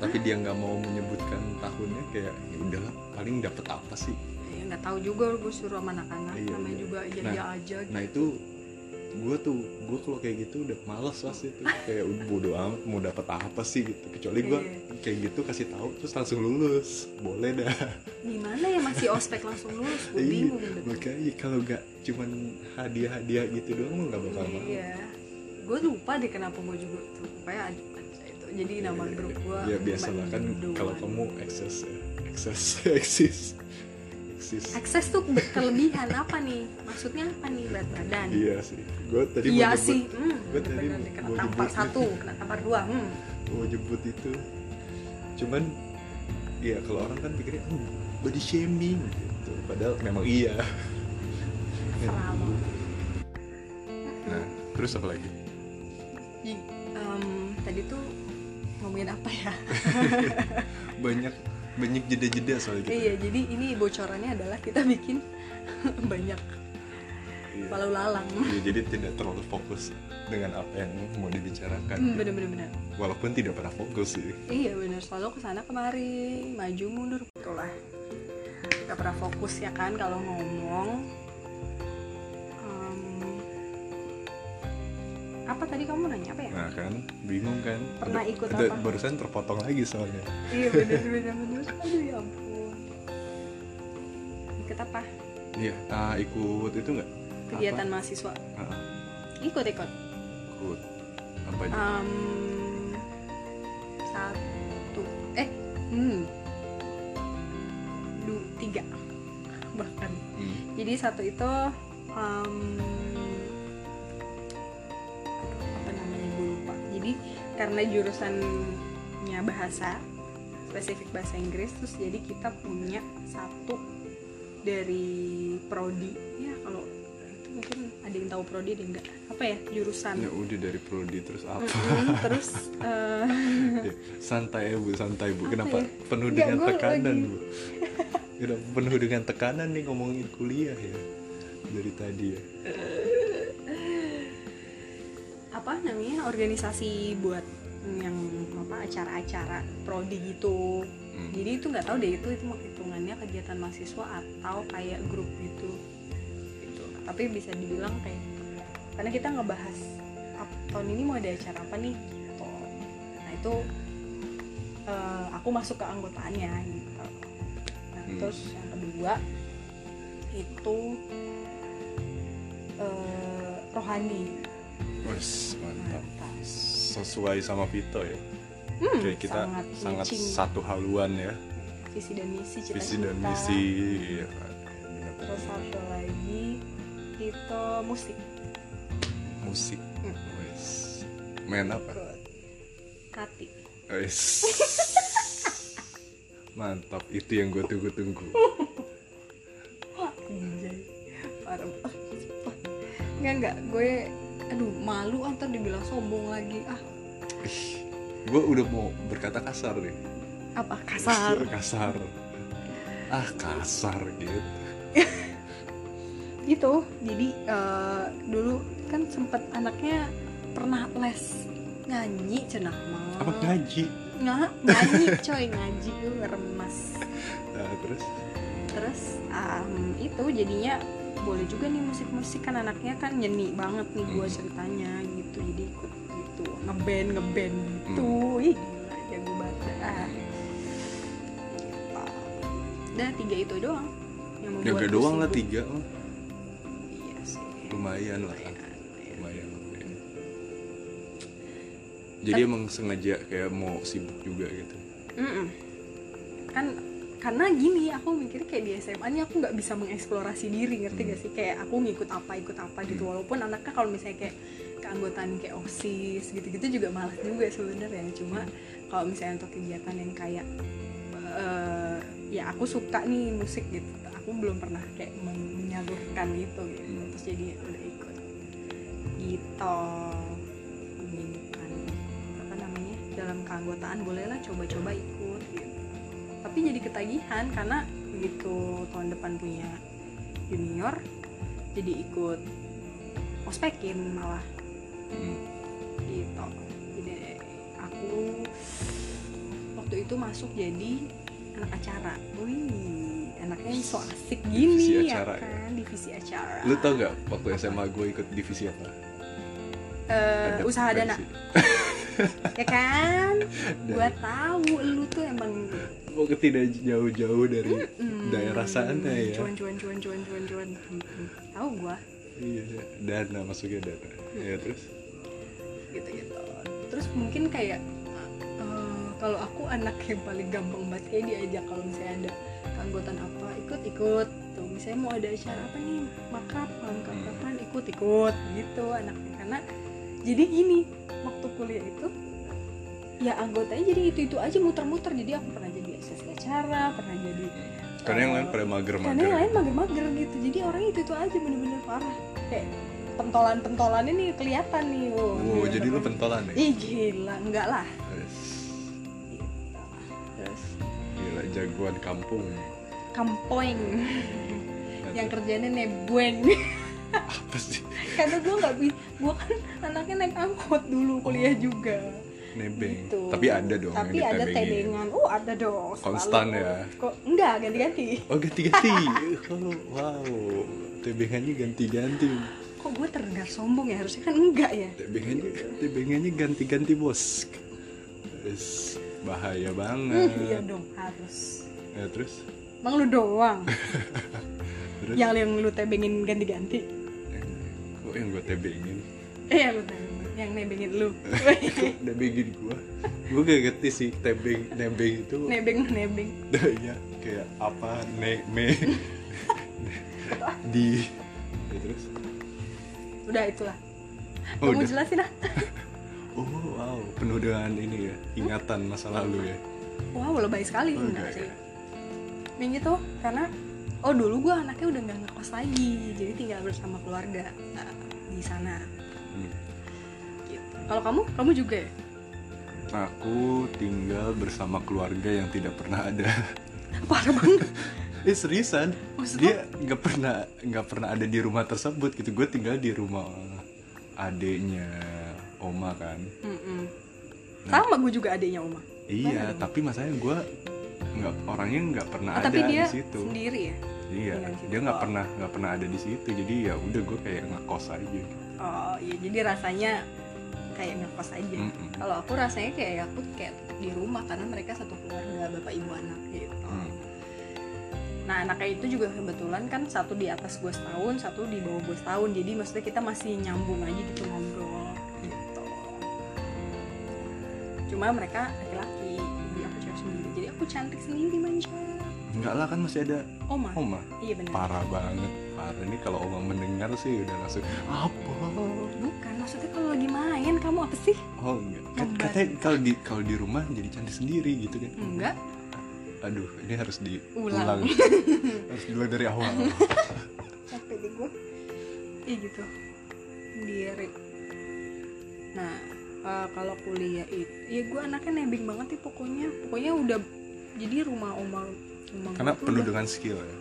Speaker 2: tapi dia nggak mau menyebutkan tahunnya kayak ya udahlah paling dapat apa sih
Speaker 1: Ya, nggak tahu juga gue suruh sama anak-anak
Speaker 2: Iya,
Speaker 1: namanya
Speaker 2: iya.
Speaker 1: juga ya
Speaker 2: Nah,
Speaker 1: dia aja gitu
Speaker 2: nah itu gue tuh gue kalau kayak gitu udah males pas
Speaker 1: (laughs)
Speaker 2: itu kayak udah bodo amat mau dapat apa sih gitu kecuali gue
Speaker 1: Iya.
Speaker 2: kayak gitu kasih tahu terus langsung lulus boleh dah
Speaker 1: gimana ya masih ospek langsung lulus gue
Speaker 2: Iya,
Speaker 1: bingung gitu
Speaker 2: makanya kalau nggak cuman hadiah-hadiah gitu doang lu nggak bakal mau
Speaker 1: iya gue lupa deh kenapa gue juga tuh kayak ada ada itu jadi nama grup gue
Speaker 2: ya biasa lah kan kalau kamu ekses ya ekses (laughs) eksis eksis
Speaker 1: akses tuh be- kelebihan apa nih maksudnya apa nih berat badan
Speaker 2: iya sih gue tadi
Speaker 1: iya
Speaker 2: mau nyebut-
Speaker 1: sih hmm,
Speaker 2: gua tadi
Speaker 1: bener-bener deh, kena
Speaker 2: mau
Speaker 1: tampar
Speaker 2: nyebut.
Speaker 1: satu kena tampar dua hmm.
Speaker 2: mau jemput itu cuman ya kalau orang kan pikirnya "Oh, body shaming gitu padahal memang iya
Speaker 1: Salah.
Speaker 2: nah terus apa lagi
Speaker 1: Ji, em, tadi tuh ngomongin apa
Speaker 2: (laughs)
Speaker 1: ya
Speaker 2: banyak banyak jeda-jeda soal gitu
Speaker 1: iya jadi ini bocorannya adalah kita bikin (laughs) banyak
Speaker 2: Iya.
Speaker 1: walau lalang
Speaker 2: Iya, jadi tidak terlalu fokus dengan apa yang mau
Speaker 1: Hmm,
Speaker 2: dibicarakan
Speaker 1: bener-bener
Speaker 2: walaupun tidak pernah fokus sih
Speaker 1: Iya bener selalu kesana kemari maju mundur itulah nggak pernah fokus ya kan kalau ngomong Em, apa tadi kamu nanya apa ya
Speaker 2: nah kan bingung kan
Speaker 1: Pernah ikut apa?
Speaker 2: barusan terpotong lagi soalnya
Speaker 1: iya bener bener bener aduh ya ampun ikut apa
Speaker 2: iya ah, ikut itu nggak
Speaker 1: kegiatan
Speaker 2: Apa?
Speaker 1: mahasiswa
Speaker 2: Ah,
Speaker 1: ikut ikut
Speaker 2: ikut apa aja
Speaker 1: Em, satu eh hmm du tiga bahkan
Speaker 2: Hmm.
Speaker 1: jadi satu itu em, aduh, apa namanya gue lupa jadi karena jurusannya bahasa spesifik bahasa Inggris terus jadi kita punya satu dari prodi ya kalau itu mungkin ada yang tahu prodi ada yang enggak apa ya jurusan
Speaker 2: ya udah dari prodi terus apa
Speaker 1: Mm-mm, terus eh,
Speaker 2: Ya, santai ya bu santai bu
Speaker 1: Apa
Speaker 2: kenapa
Speaker 1: ya?
Speaker 2: penuh
Speaker 1: Nggak,
Speaker 2: dengan
Speaker 1: gua
Speaker 2: tekanan
Speaker 1: lagi-
Speaker 2: bu kenapa penuh dengan tekanan nih ngomongin kuliah ya dari tadi ya
Speaker 1: apa namanya organisasi buat yang apa acara-acara prodi gitu
Speaker 2: Hmm.
Speaker 1: jadi itu nggak tahu deh itu itu hitungannya kegiatan mahasiswa atau kayak grup gitu gitu tapi bisa dibilang kayak gitu. karena kita ngebahas "Ap- tahun ini mau ada acara apa nih gitu nah itu eh, aku masuk ke anggotaannya gitu nah,
Speaker 2: Hmm.
Speaker 1: terus yang kedua itu eh, rohani Nah,
Speaker 2: wes mantap
Speaker 1: mantap
Speaker 2: sesuai sama Vito ya
Speaker 1: Hmm,
Speaker 2: kayak kita sangat,
Speaker 1: sangat, matching.
Speaker 2: satu haluan ya
Speaker 1: visi dan misi cita-cita
Speaker 2: visi dan misi iya kan. Bener-bener.
Speaker 1: terus satu lagi itu musik
Speaker 2: musik
Speaker 1: Hmm.
Speaker 2: wes main apa
Speaker 1: Good. kati (laughs)
Speaker 2: wes mantap itu yang gue tunggu-tunggu
Speaker 1: anjay parah nggak nggak gue aduh malu antar dibilang sombong lagi ah
Speaker 2: gue udah mau berkata kasar nih
Speaker 1: apa
Speaker 2: (laughs)
Speaker 1: kasar
Speaker 2: Iya, kasar ah kasar gitu
Speaker 1: gitu jadi eh, dulu kan sempet anaknya pernah les nyanyi cenah mah
Speaker 2: apa ngaji
Speaker 1: Nga- nyanyi coy ngaji lu remas
Speaker 2: nah, terus
Speaker 1: Eh, terus um, itu jadinya boleh juga nih musik-musik kan anaknya kan nyeni banget nih gue
Speaker 2: Hmm.
Speaker 1: ceritanya gitu jadi ikut gitu ngeband ngeband
Speaker 2: Hmm.
Speaker 1: gitu ih gila jago banget ah. Gitu. Udah tiga itu doang yang membuat
Speaker 2: jaga
Speaker 1: gua
Speaker 2: doang lah
Speaker 1: sibuk.
Speaker 2: tiga mah.
Speaker 1: iya sih
Speaker 2: lumayan lah kan.
Speaker 1: Lumayan, lumayan.
Speaker 2: lumayan lumayan. jadi emang sengaja kayak mau sibuk juga gitu
Speaker 1: Mm-mm. kan karena gini aku mikir kayak di SMA nih aku nggak bisa mengeksplorasi diri ngerti gak sih kayak aku ngikut apa ikut apa gitu walaupun anaknya kalau misalnya kayak keanggotaan kayak osis gitu-gitu juga malas juga sebenarnya cuma kalau misalnya untuk kegiatan yang kayak eh, ya aku suka nih musik gitu aku belum pernah kayak men- menyalurkan itu gitu
Speaker 2: Hmm.
Speaker 1: terus jadi udah ikut gitu Ini kan, apa namanya dalam keanggotaan bolehlah coba-coba ikut gitu tapi jadi ketagihan karena begitu tahun depan punya junior jadi ikut ospekin malah
Speaker 2: Hmm.
Speaker 1: gitu jadi aku waktu itu masuk jadi anak acara wih enaknya so asik
Speaker 2: Divisi
Speaker 1: gini ya
Speaker 2: acara ya.
Speaker 1: kan divisi acara
Speaker 2: Lu tau gak waktu SMA gue ikut divisi apa?
Speaker 1: Eh,
Speaker 2: Ada
Speaker 1: usaha dana
Speaker 2: pensi.
Speaker 1: ya
Speaker 2: (laughs)
Speaker 1: kan gua tahu lu tuh emang hmm,
Speaker 2: Mau ke tidak Oh, jauh-jauh dari daerah sana ya.
Speaker 1: cuan cuan cuan cuan cuan cuan Mm-mm. tahu gua
Speaker 2: Iya, dana masuknya dana. Ya terus
Speaker 1: gitu gitu terus mungkin kayak eh, kalau aku anak yang paling gampang banget kayak diajak kalau misalnya ada keanggotaan apa ikut ikut tuh misalnya mau ada acara apa nih makrab malam keanggotaan
Speaker 2: Hmm.
Speaker 1: ikut ikut gitu anaknya karena jadi gini waktu kuliah itu ya anggotanya jadi itu itu aja muter-muter jadi aku pernah jadi akses acara pernah jadi
Speaker 2: karena yang lain pada
Speaker 1: Iya. karena yang
Speaker 2: mager-mager.
Speaker 1: lain mager-mager gitu jadi orang itu itu aja bener-bener parah kayak pentolan-pentolan ini kelihatan nih wow, iya,
Speaker 2: Wow, Oh, jadi lu
Speaker 1: bener-bener.
Speaker 2: pentolan ya?
Speaker 1: Ih gila, enggak lah.
Speaker 2: Terus,
Speaker 1: Terus
Speaker 2: Gila jagoan kampung.
Speaker 1: kampoeng yang kerjanya nebueng.
Speaker 2: apa sih?
Speaker 1: (laughs) Karena gue nggak bisa, gue kan anaknya naik angkot dulu kuliah juga.
Speaker 2: Oh. Nebeng.
Speaker 1: Gitu.
Speaker 2: Tapi ada dong
Speaker 1: Tapi
Speaker 2: yang
Speaker 1: ada
Speaker 2: ditebengin.
Speaker 1: tebengan. Oh ada dong. selalu.
Speaker 2: Konstan ya?
Speaker 1: Kok enggak ganti-ganti?
Speaker 2: Oh ganti-ganti. (laughs) oh, wow. Tebengannya ganti-ganti.
Speaker 1: Kok gue terdengar sombong ya? Harusnya kan enggak ya.
Speaker 2: Tebengannya tebengannya ganti-ganti bos. Terus, bahaya banget.
Speaker 1: Hmm, (laughs) iya dong harus.
Speaker 2: Ya terus
Speaker 1: Emang lu
Speaker 2: (laughs)
Speaker 1: doang
Speaker 2: terus Eh,
Speaker 1: yang yang lu tebengin ganti-ganti.
Speaker 2: kok yang gue tebengin (laughs)
Speaker 1: Eh yang lu tebengin, yang nebengin lu. (laughs)
Speaker 2: nebengin gue gue gak ngerti sih tebeng nebeng
Speaker 1: (laughs)
Speaker 2: itu
Speaker 1: nebeng nebeng.
Speaker 2: (laughs) ya kayak apa ne me di ya, terus
Speaker 1: Udah itulah.
Speaker 2: Oh,
Speaker 1: Kamu
Speaker 2: udah.
Speaker 1: jelasin ah.
Speaker 2: oh wow penuh dengan ini ya
Speaker 1: Iya.
Speaker 2: ingatan masa lalu ya
Speaker 1: Wow, lebay sekali
Speaker 2: Oh,
Speaker 1: enggak
Speaker 2: enggak
Speaker 1: sih.
Speaker 2: ya.
Speaker 1: Yang gitu karena oh dulu gue anaknya udah nggak ngekos lagi, jadi tinggal bersama keluarga eh, di sana.
Speaker 2: Hmm.
Speaker 1: Gitu. Kalau kamu, kamu juga ya? (laughs)
Speaker 2: aku tinggal bersama keluarga yang tidak pernah
Speaker 1: (laughs)
Speaker 2: ada
Speaker 1: Parah
Speaker 2: (laughs)
Speaker 1: banget.
Speaker 2: eh seriusan
Speaker 1: Maksud
Speaker 2: dia nggak pernah nggak pernah ada di rumah tersebut gitu gue tinggal di rumah adeknya oma kan
Speaker 1: Mm-mm.
Speaker 2: Nah.
Speaker 1: Sama gue juga adiknya Oma.
Speaker 2: Iya, tapi masalahnya gue nggak orangnya nggak pernah
Speaker 1: Oh,
Speaker 2: ada
Speaker 1: tapi dia
Speaker 2: di situ.
Speaker 1: sendiri ya.
Speaker 2: Iya,
Speaker 1: tinggal di situ.
Speaker 2: dia nggak pernah nggak pernah ada di situ. Jadi ya udah gue kayak ngekos aja.
Speaker 1: Oh iya, jadi rasanya kayak ngekos aja.
Speaker 2: Mm-mm.
Speaker 1: Kalau aku rasanya kayak aku kayak di rumah karena mereka satu keluarga bapak ibu anak gitu.
Speaker 2: Hmm.
Speaker 1: Nah anaknya itu juga kebetulan kan satu di atas gue setahun, satu di bawah gue setahun. Jadi maksudnya kita masih nyambung aja gitu ngobrol gitu. Cuma mereka laki-laki, jadi aku cewek sendiri. Jadi aku cantik sendiri manja.
Speaker 2: Enggak lah kan masih ada
Speaker 1: Oma.
Speaker 2: oma.
Speaker 1: Iya benar.
Speaker 2: Parah banget. Parah ini kalau oma mendengar sih udah langsung apa?
Speaker 1: Oh, bukan maksudnya kalau lagi main kamu apa sih?
Speaker 2: Oh enggak. Kan
Speaker 1: Membantu.
Speaker 2: katanya kalau di kalau di rumah jadi cantik sendiri gitu kan.
Speaker 1: Enggak.
Speaker 2: Aduh, ini harus
Speaker 1: (laughs) Ulang.
Speaker 2: diulang. harus dulu dari awal.
Speaker 1: capek deh gue iya gitu sendiri nah eh, kalau kuliah itu ya gue anaknya nebeng banget sih pokoknya pokoknya udah jadi rumah oma rumah
Speaker 2: Karena
Speaker 1: gua tuh
Speaker 2: penuh
Speaker 1: udah-
Speaker 2: dengan skill ya.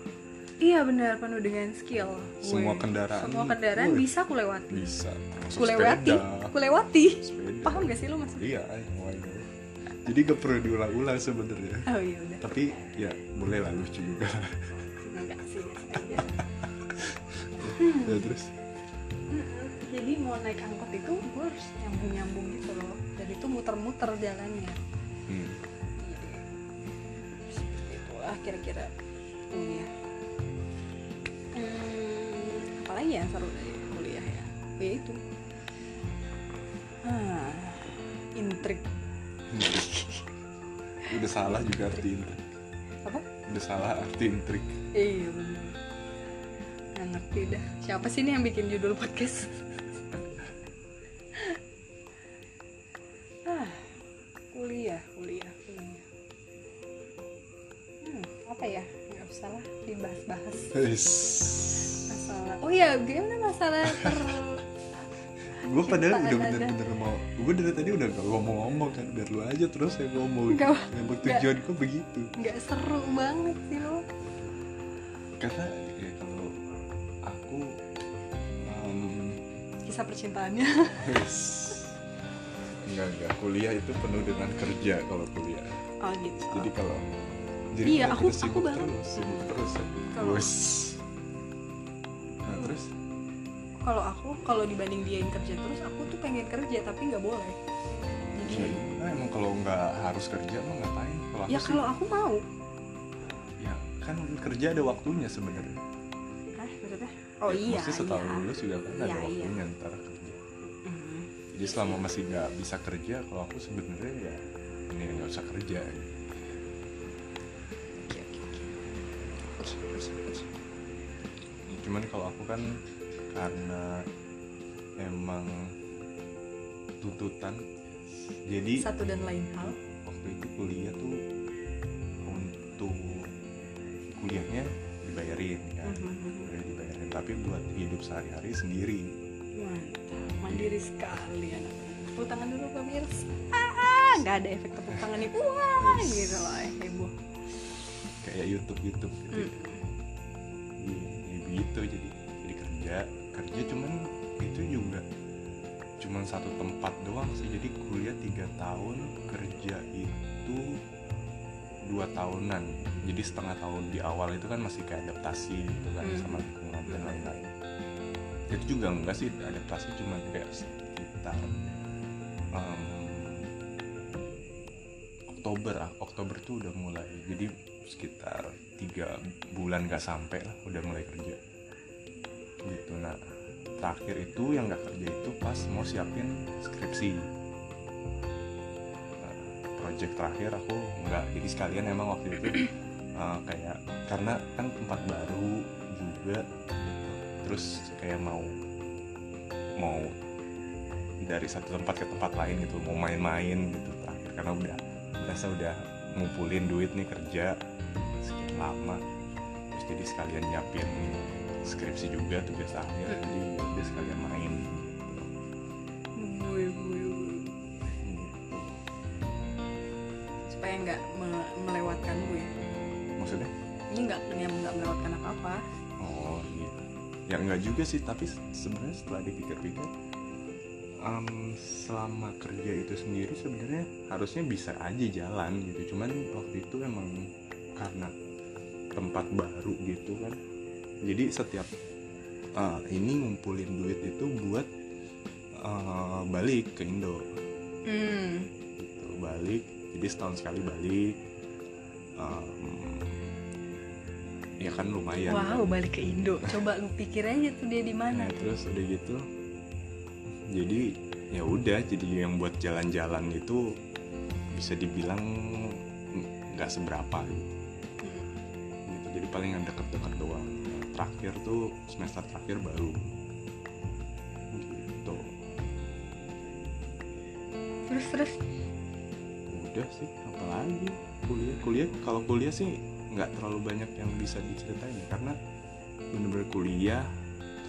Speaker 1: iya benar penuh dengan skill
Speaker 2: Semua
Speaker 1: Weh.
Speaker 2: kendaraan.
Speaker 1: semua kendaraan
Speaker 2: Weh.
Speaker 1: bisa kulewati
Speaker 2: Bisa. Termasuk
Speaker 1: kulewati
Speaker 2: sepeda.
Speaker 1: kulewati
Speaker 2: Sepeda.
Speaker 1: paham gak sih lo maksudnya
Speaker 2: Iya, I know, I know. Jadi gak perlu diulang-ulang sebenarnya.
Speaker 1: oh iya udah
Speaker 2: Tapi ya boleh lah lucu juga.
Speaker 1: enggak sih biasa aja Hmm.
Speaker 2: ya, terus
Speaker 1: Mm-mm. jadi mau naik angkot itu gue harus nyambung nyambung gitu loh dan itu muter-muter jalannya
Speaker 2: hmm.
Speaker 1: Seperti itulah kira-kira kuliah hmm, apalagi yang seru dari kuliah ya ya itu ah, intrik
Speaker 2: udah salah juga arti intrik.
Speaker 1: apa
Speaker 2: Udah salah arti intrik.
Speaker 1: iya benar nggak ngerti dah siapa sih ini yang bikin judul podcast ah kuliah kuliah kuliah hmm, apa ya nggak usah lah dibahas-bahas
Speaker 2: Guys,
Speaker 1: masalah oh iya gimana masalah ter
Speaker 2: gue padahal
Speaker 1: Ciptaan
Speaker 2: udah
Speaker 1: ada.
Speaker 2: bener-bener mau gue dari tadi udah gak ngomong-ngomong kan biar lu aja terus yang ngomong
Speaker 1: Nggak,
Speaker 2: emang tujuan gue begitu
Speaker 1: nggak seru banget sih lo
Speaker 2: karena ya kalau aku um,
Speaker 1: kisah percintaannya (laughs)
Speaker 2: guys, enggak enggak kuliah itu penuh dengan kerja kalau kuliah
Speaker 1: oh gitu
Speaker 2: Jadi kalau Jadi
Speaker 1: Iya,
Speaker 2: kita
Speaker 1: aku-
Speaker 2: sibuk
Speaker 1: aku banget.
Speaker 2: terus, sibuk terus. ya.
Speaker 1: Kalau-
Speaker 2: Bos. Nah, terus
Speaker 1: kalau aku kalau dibanding dia yang kerja terus aku tuh pengen kerja tapi nggak boleh
Speaker 2: ya,
Speaker 1: jadi
Speaker 2: nah, emang kalau nggak harus kerja lo ngapain? Kalau aku
Speaker 1: Iya. ya
Speaker 2: sih,
Speaker 1: kalau aku mau
Speaker 2: ya kan kerja ada waktunya sebenarnya.
Speaker 1: Hah, maksudnya oh
Speaker 2: Ya,
Speaker 1: iya
Speaker 2: Maksudnya setahun
Speaker 1: iya.
Speaker 2: lulus juga kan ada
Speaker 1: Iya, iya.
Speaker 2: waktunya ntar kerja.
Speaker 1: Mm.
Speaker 2: Jadi selama masih nggak bisa kerja, kalau aku sebenarnya ya ini nggak usah kerja. Ya,
Speaker 1: Oke, oke, oke. Oke, oke, oke.
Speaker 2: Cuman kalau aku kan karena emang tuntutan, jadi
Speaker 1: satu dan lain hal
Speaker 2: waktu itu kuliah tuh untuk kuliahnya dibayarin kan
Speaker 1: Mhm.
Speaker 2: Kuliah dibayarin tapi buat hidup sehari-hari sendiri
Speaker 1: mantap mandiri sekali anak tepuk tangan dulu pemirsa Ah, nggak ada efek tepuk tangan nih wah
Speaker 2: Yes.
Speaker 1: gitu loh heboh
Speaker 2: kayak YouTube YouTube gitu
Speaker 1: Mm.
Speaker 2: Iya, ya gitu jadi jadi kerja kerja cuman itu juga cuman satu tempat doang sih jadi kuliah tiga tahun kerja itu dua tahunan jadi setengah tahun di awal itu kan masih kayak adaptasi gitu kan
Speaker 1: Hmm.
Speaker 2: sama lingkungan dan lain-lain itu juga enggak sih adaptasi cuman kayak sekitar em, Oktober ah Oktober tuh udah mulai jadi sekitar tiga bulan nggak sampai lah udah mulai kerja gitu nah terakhir itu yang nggak kerja itu pas mau siapin skripsi Nah, project terakhir aku nggak jadi sekalian emang waktu itu (clears throat) eh, kayak karena kan tempat baru juga gitu. terus kayak mau mau dari satu tempat ke tempat lain gitu mau main-main gitu terakhir karena udah berasa udah ngumpulin duit nih kerja sekian lama terus jadi sekalian nyiapin skripsi juga tugas akhir jadi udah sekalian main gitu.
Speaker 1: Wuih, wuih, wuih. supaya nggak me- melewatkan gue
Speaker 2: maksudnya
Speaker 1: ini nggak yang nggak melewatkan apa apa
Speaker 2: oh iya ya enggak juga sih tapi se- sebenarnya setelah dipikir-pikir em, selama kerja itu sendiri sebenarnya harusnya bisa aja jalan gitu cuman waktu itu emang karena tempat baru gitu kan jadi setiap eh, ini ngumpulin duit itu buat eh, balik ke Indo
Speaker 1: hmm.
Speaker 2: gitu balik jadi setahun sekali balik Em, ya kan lumayan
Speaker 1: wow
Speaker 2: kan.
Speaker 1: balik ke Indo coba lu pikir aja Iya, tuh dia di
Speaker 2: Nah,
Speaker 1: mana
Speaker 2: terus udah gitu jadi ya udah jadi yang buat jalan-jalan itu bisa dibilang nggak seberapa gitu. Gitu, jadi paling yang deket-deket doang Yang terakhir tuh semester terakhir baru gitu
Speaker 1: terus terus
Speaker 2: udah sih apalagi kuliah kuliah kalau kuliah sih nggak terlalu banyak yang bisa diceritain ya, karena bener-bener kuliah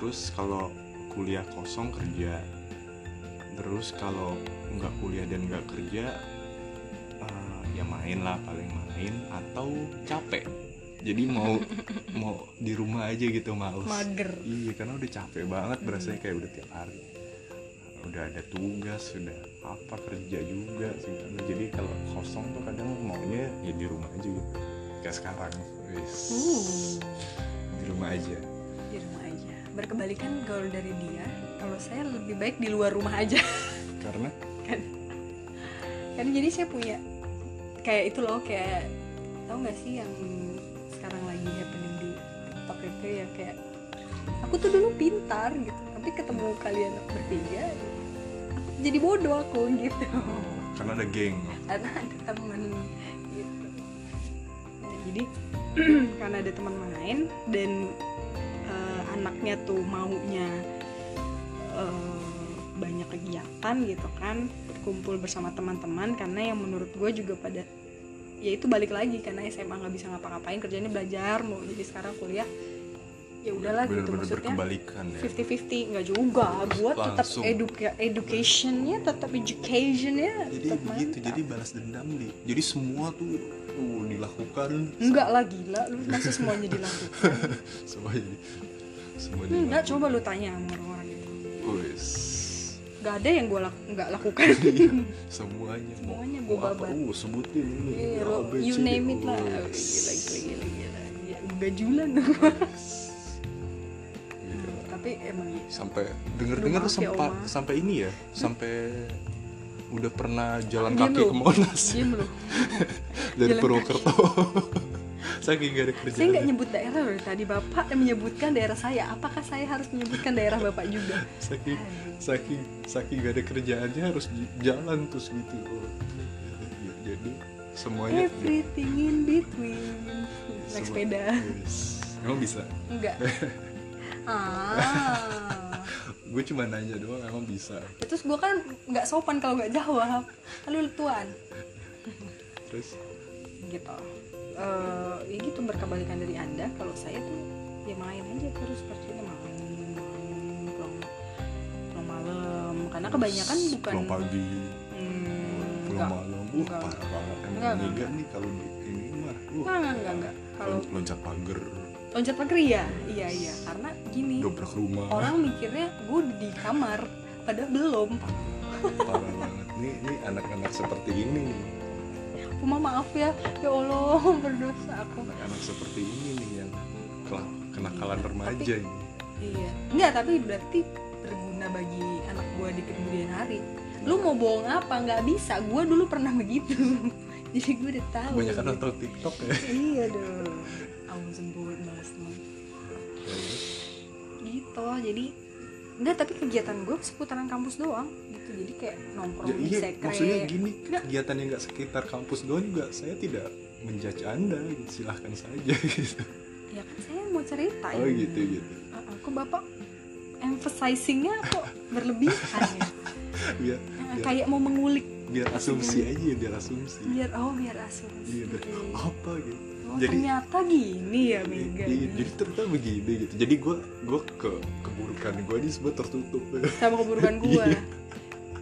Speaker 2: terus kalau kuliah kosong kerja terus kalau nggak kuliah dan nggak kerja eh, ya main lah paling main atau capek jadi mau mau di rumah aja gitu males
Speaker 1: mager
Speaker 2: Iya karena udah capek banget berasanya
Speaker 1: Hmm.
Speaker 2: kayak udah tiap hari udah ada tugas sudah apa kerja juga sih karena jadi kalau kosong tuh kadang maunya ya di rumah aja gitu kayak sekarang wis
Speaker 1: Uh.
Speaker 2: di rumah aja
Speaker 1: di rumah aja berkebalikan kalau dari dia kalau saya lebih baik di luar rumah aja (laughs)
Speaker 2: karena
Speaker 1: kan jadi saya punya kayak itu loh kayak tau nggak sih yang sekarang lagi happening di TikTok itu ya kayak aku tuh dulu pintar gitu tapi ketemu kalian bertiga aku jadi bodoh aku gitu
Speaker 2: oh, karena ada geng
Speaker 1: karena ada teman gitu Nah, jadi (clears throat) karena ada teman main dan eh, anaknya tuh maunya eh, banyak kegiatan gitu kan berkumpul bersama teman-teman karena yang menurut gue juga pada ya itu balik lagi karena SMA nggak bisa ngapa-ngapain kerjanya belajar mau jadi sekarang kuliah ya udahlah gitu
Speaker 2: bener-bener
Speaker 1: maksudnya
Speaker 2: berkebalikan ya
Speaker 1: 50-50 nggak juga gue tetap
Speaker 2: Langsung.
Speaker 1: educa educationnya tetap educationnya
Speaker 2: jadi
Speaker 1: tetap
Speaker 2: begitu
Speaker 1: mantap.
Speaker 2: jadi balas dendam di jadi semua tuh uh, dilakukan
Speaker 1: Enggak lah gila, lu masa semuanya dilakukan?
Speaker 2: (laughs) semua jadi semua
Speaker 1: Enggak,
Speaker 2: dilakukan.
Speaker 1: coba lu tanya sama orang-orang itu
Speaker 2: Wis.
Speaker 1: nggak ada yang gue lak- nggak lakukan
Speaker 2: Iya, semuanya mau,
Speaker 1: Semuanya
Speaker 2: mau
Speaker 1: gua
Speaker 2: apa
Speaker 1: babat.
Speaker 2: uh sebutin ini
Speaker 1: Iya,
Speaker 2: A,
Speaker 1: lo-
Speaker 2: B,
Speaker 1: you
Speaker 2: C, D,
Speaker 1: name it
Speaker 2: oh.
Speaker 1: lah gila gila gila gila Iya, Gila, gajulan
Speaker 2: Gila.
Speaker 1: Nah, tapi emang ya,
Speaker 2: sampai denger-dengar
Speaker 1: Aduh, maaf ya,
Speaker 2: sempat
Speaker 1: Oma.
Speaker 2: sampai ini ya sampai udah pernah jalan
Speaker 1: Diem
Speaker 2: kaki
Speaker 1: lu.
Speaker 2: ke Monas
Speaker 1: diem loh
Speaker 2: dari
Speaker 1: Jalan
Speaker 2: Purwokerto (laughs) saking gak ada kerjaan
Speaker 1: saya nggak nyebut daerah loh tadi bapak yang menyebutkan daerah saya apakah saya harus menyebutkan daerah bapak juga
Speaker 2: saking saking saking gak ada kerjaannya harus j- jalan terus gitu oh. Ya, jadi semuanya
Speaker 1: everything in between naik
Speaker 2: semua-
Speaker 1: Eh, sepeda
Speaker 2: Yes. emang bisa
Speaker 1: enggak ah
Speaker 2: gue cuma nanya doang emang bisa
Speaker 1: terus gue kan nggak sopan kalau nggak jawab lalu tuan
Speaker 2: terus
Speaker 1: gitu Eh, ya gitu berkebalikan dari anda kalau saya tuh ya main aja terus kerjanya main main pulang pulang malam karena Nah, kebanyakan bukan
Speaker 2: pulang pagi
Speaker 1: Hmm,
Speaker 2: pulang
Speaker 1: enggak.
Speaker 2: malam uh
Speaker 1: Enggak.
Speaker 2: parah banget emang
Speaker 1: Enggak,
Speaker 2: enggak,
Speaker 1: enggak.
Speaker 2: nih kalau di ini mah uh,
Speaker 1: Enggak, enggak, enggak, enggak. Kalau-
Speaker 2: lon- loncat pagar
Speaker 1: loncat pagar ya iya iya karena gini
Speaker 2: dobrak rumah
Speaker 1: orang mikirnya gue di kamar padahal belum
Speaker 2: parah banget nih nih anak-anak seperti ini nih
Speaker 1: Uma maaf ya ya allah (laughs) berdosa aku
Speaker 2: anak-anak seperti ini nih yang kela- kenakalan remaja ini
Speaker 1: Iya. Enggak, tapi berarti berguna bagi anak gue di kemudian hari. Lu mau bohong apa? Nggak bisa. Gue dulu pernah begitu. (laughs) Jadi gue udah tahu.
Speaker 2: kebanyakan nonton TikTok ya
Speaker 1: Iya dong. Aku sembuhin balas teman. Gitu. Jadi enggak, tapi kegiatan gue seputaran kampus doang. Gitu. Jadi kayak nongkrong
Speaker 2: Ya,
Speaker 1: di
Speaker 2: iya,
Speaker 1: sekre.
Speaker 2: maksudnya gini
Speaker 1: Enggak.
Speaker 2: kegiatan yang nggak sekitar kampus doang juga saya tidak menjudge anda gitu. silahkan saja (laughs) gitu
Speaker 1: Ya kan saya mau cerita.
Speaker 2: oh gitu gitu
Speaker 1: Aku bapak emphasizingnya kok berlebihan
Speaker 2: (laughs)
Speaker 1: ya. Eh,
Speaker 2: biar biar,
Speaker 1: Kayak mau mengulik
Speaker 2: biar asumsi aja biar asumsi
Speaker 1: biar oh biar asumsi.
Speaker 2: Iya, biar-
Speaker 1: Oke.
Speaker 2: apa gitu
Speaker 1: Oh,
Speaker 2: jadi
Speaker 1: ternyata gini ya Mega.
Speaker 2: iya, jadi ternyata begini gitu jadi gue gue ke keburukan gue ini semua tertutup
Speaker 1: Sama
Speaker 2: (laughs)
Speaker 1: keburukan gua.
Speaker 2: Iya.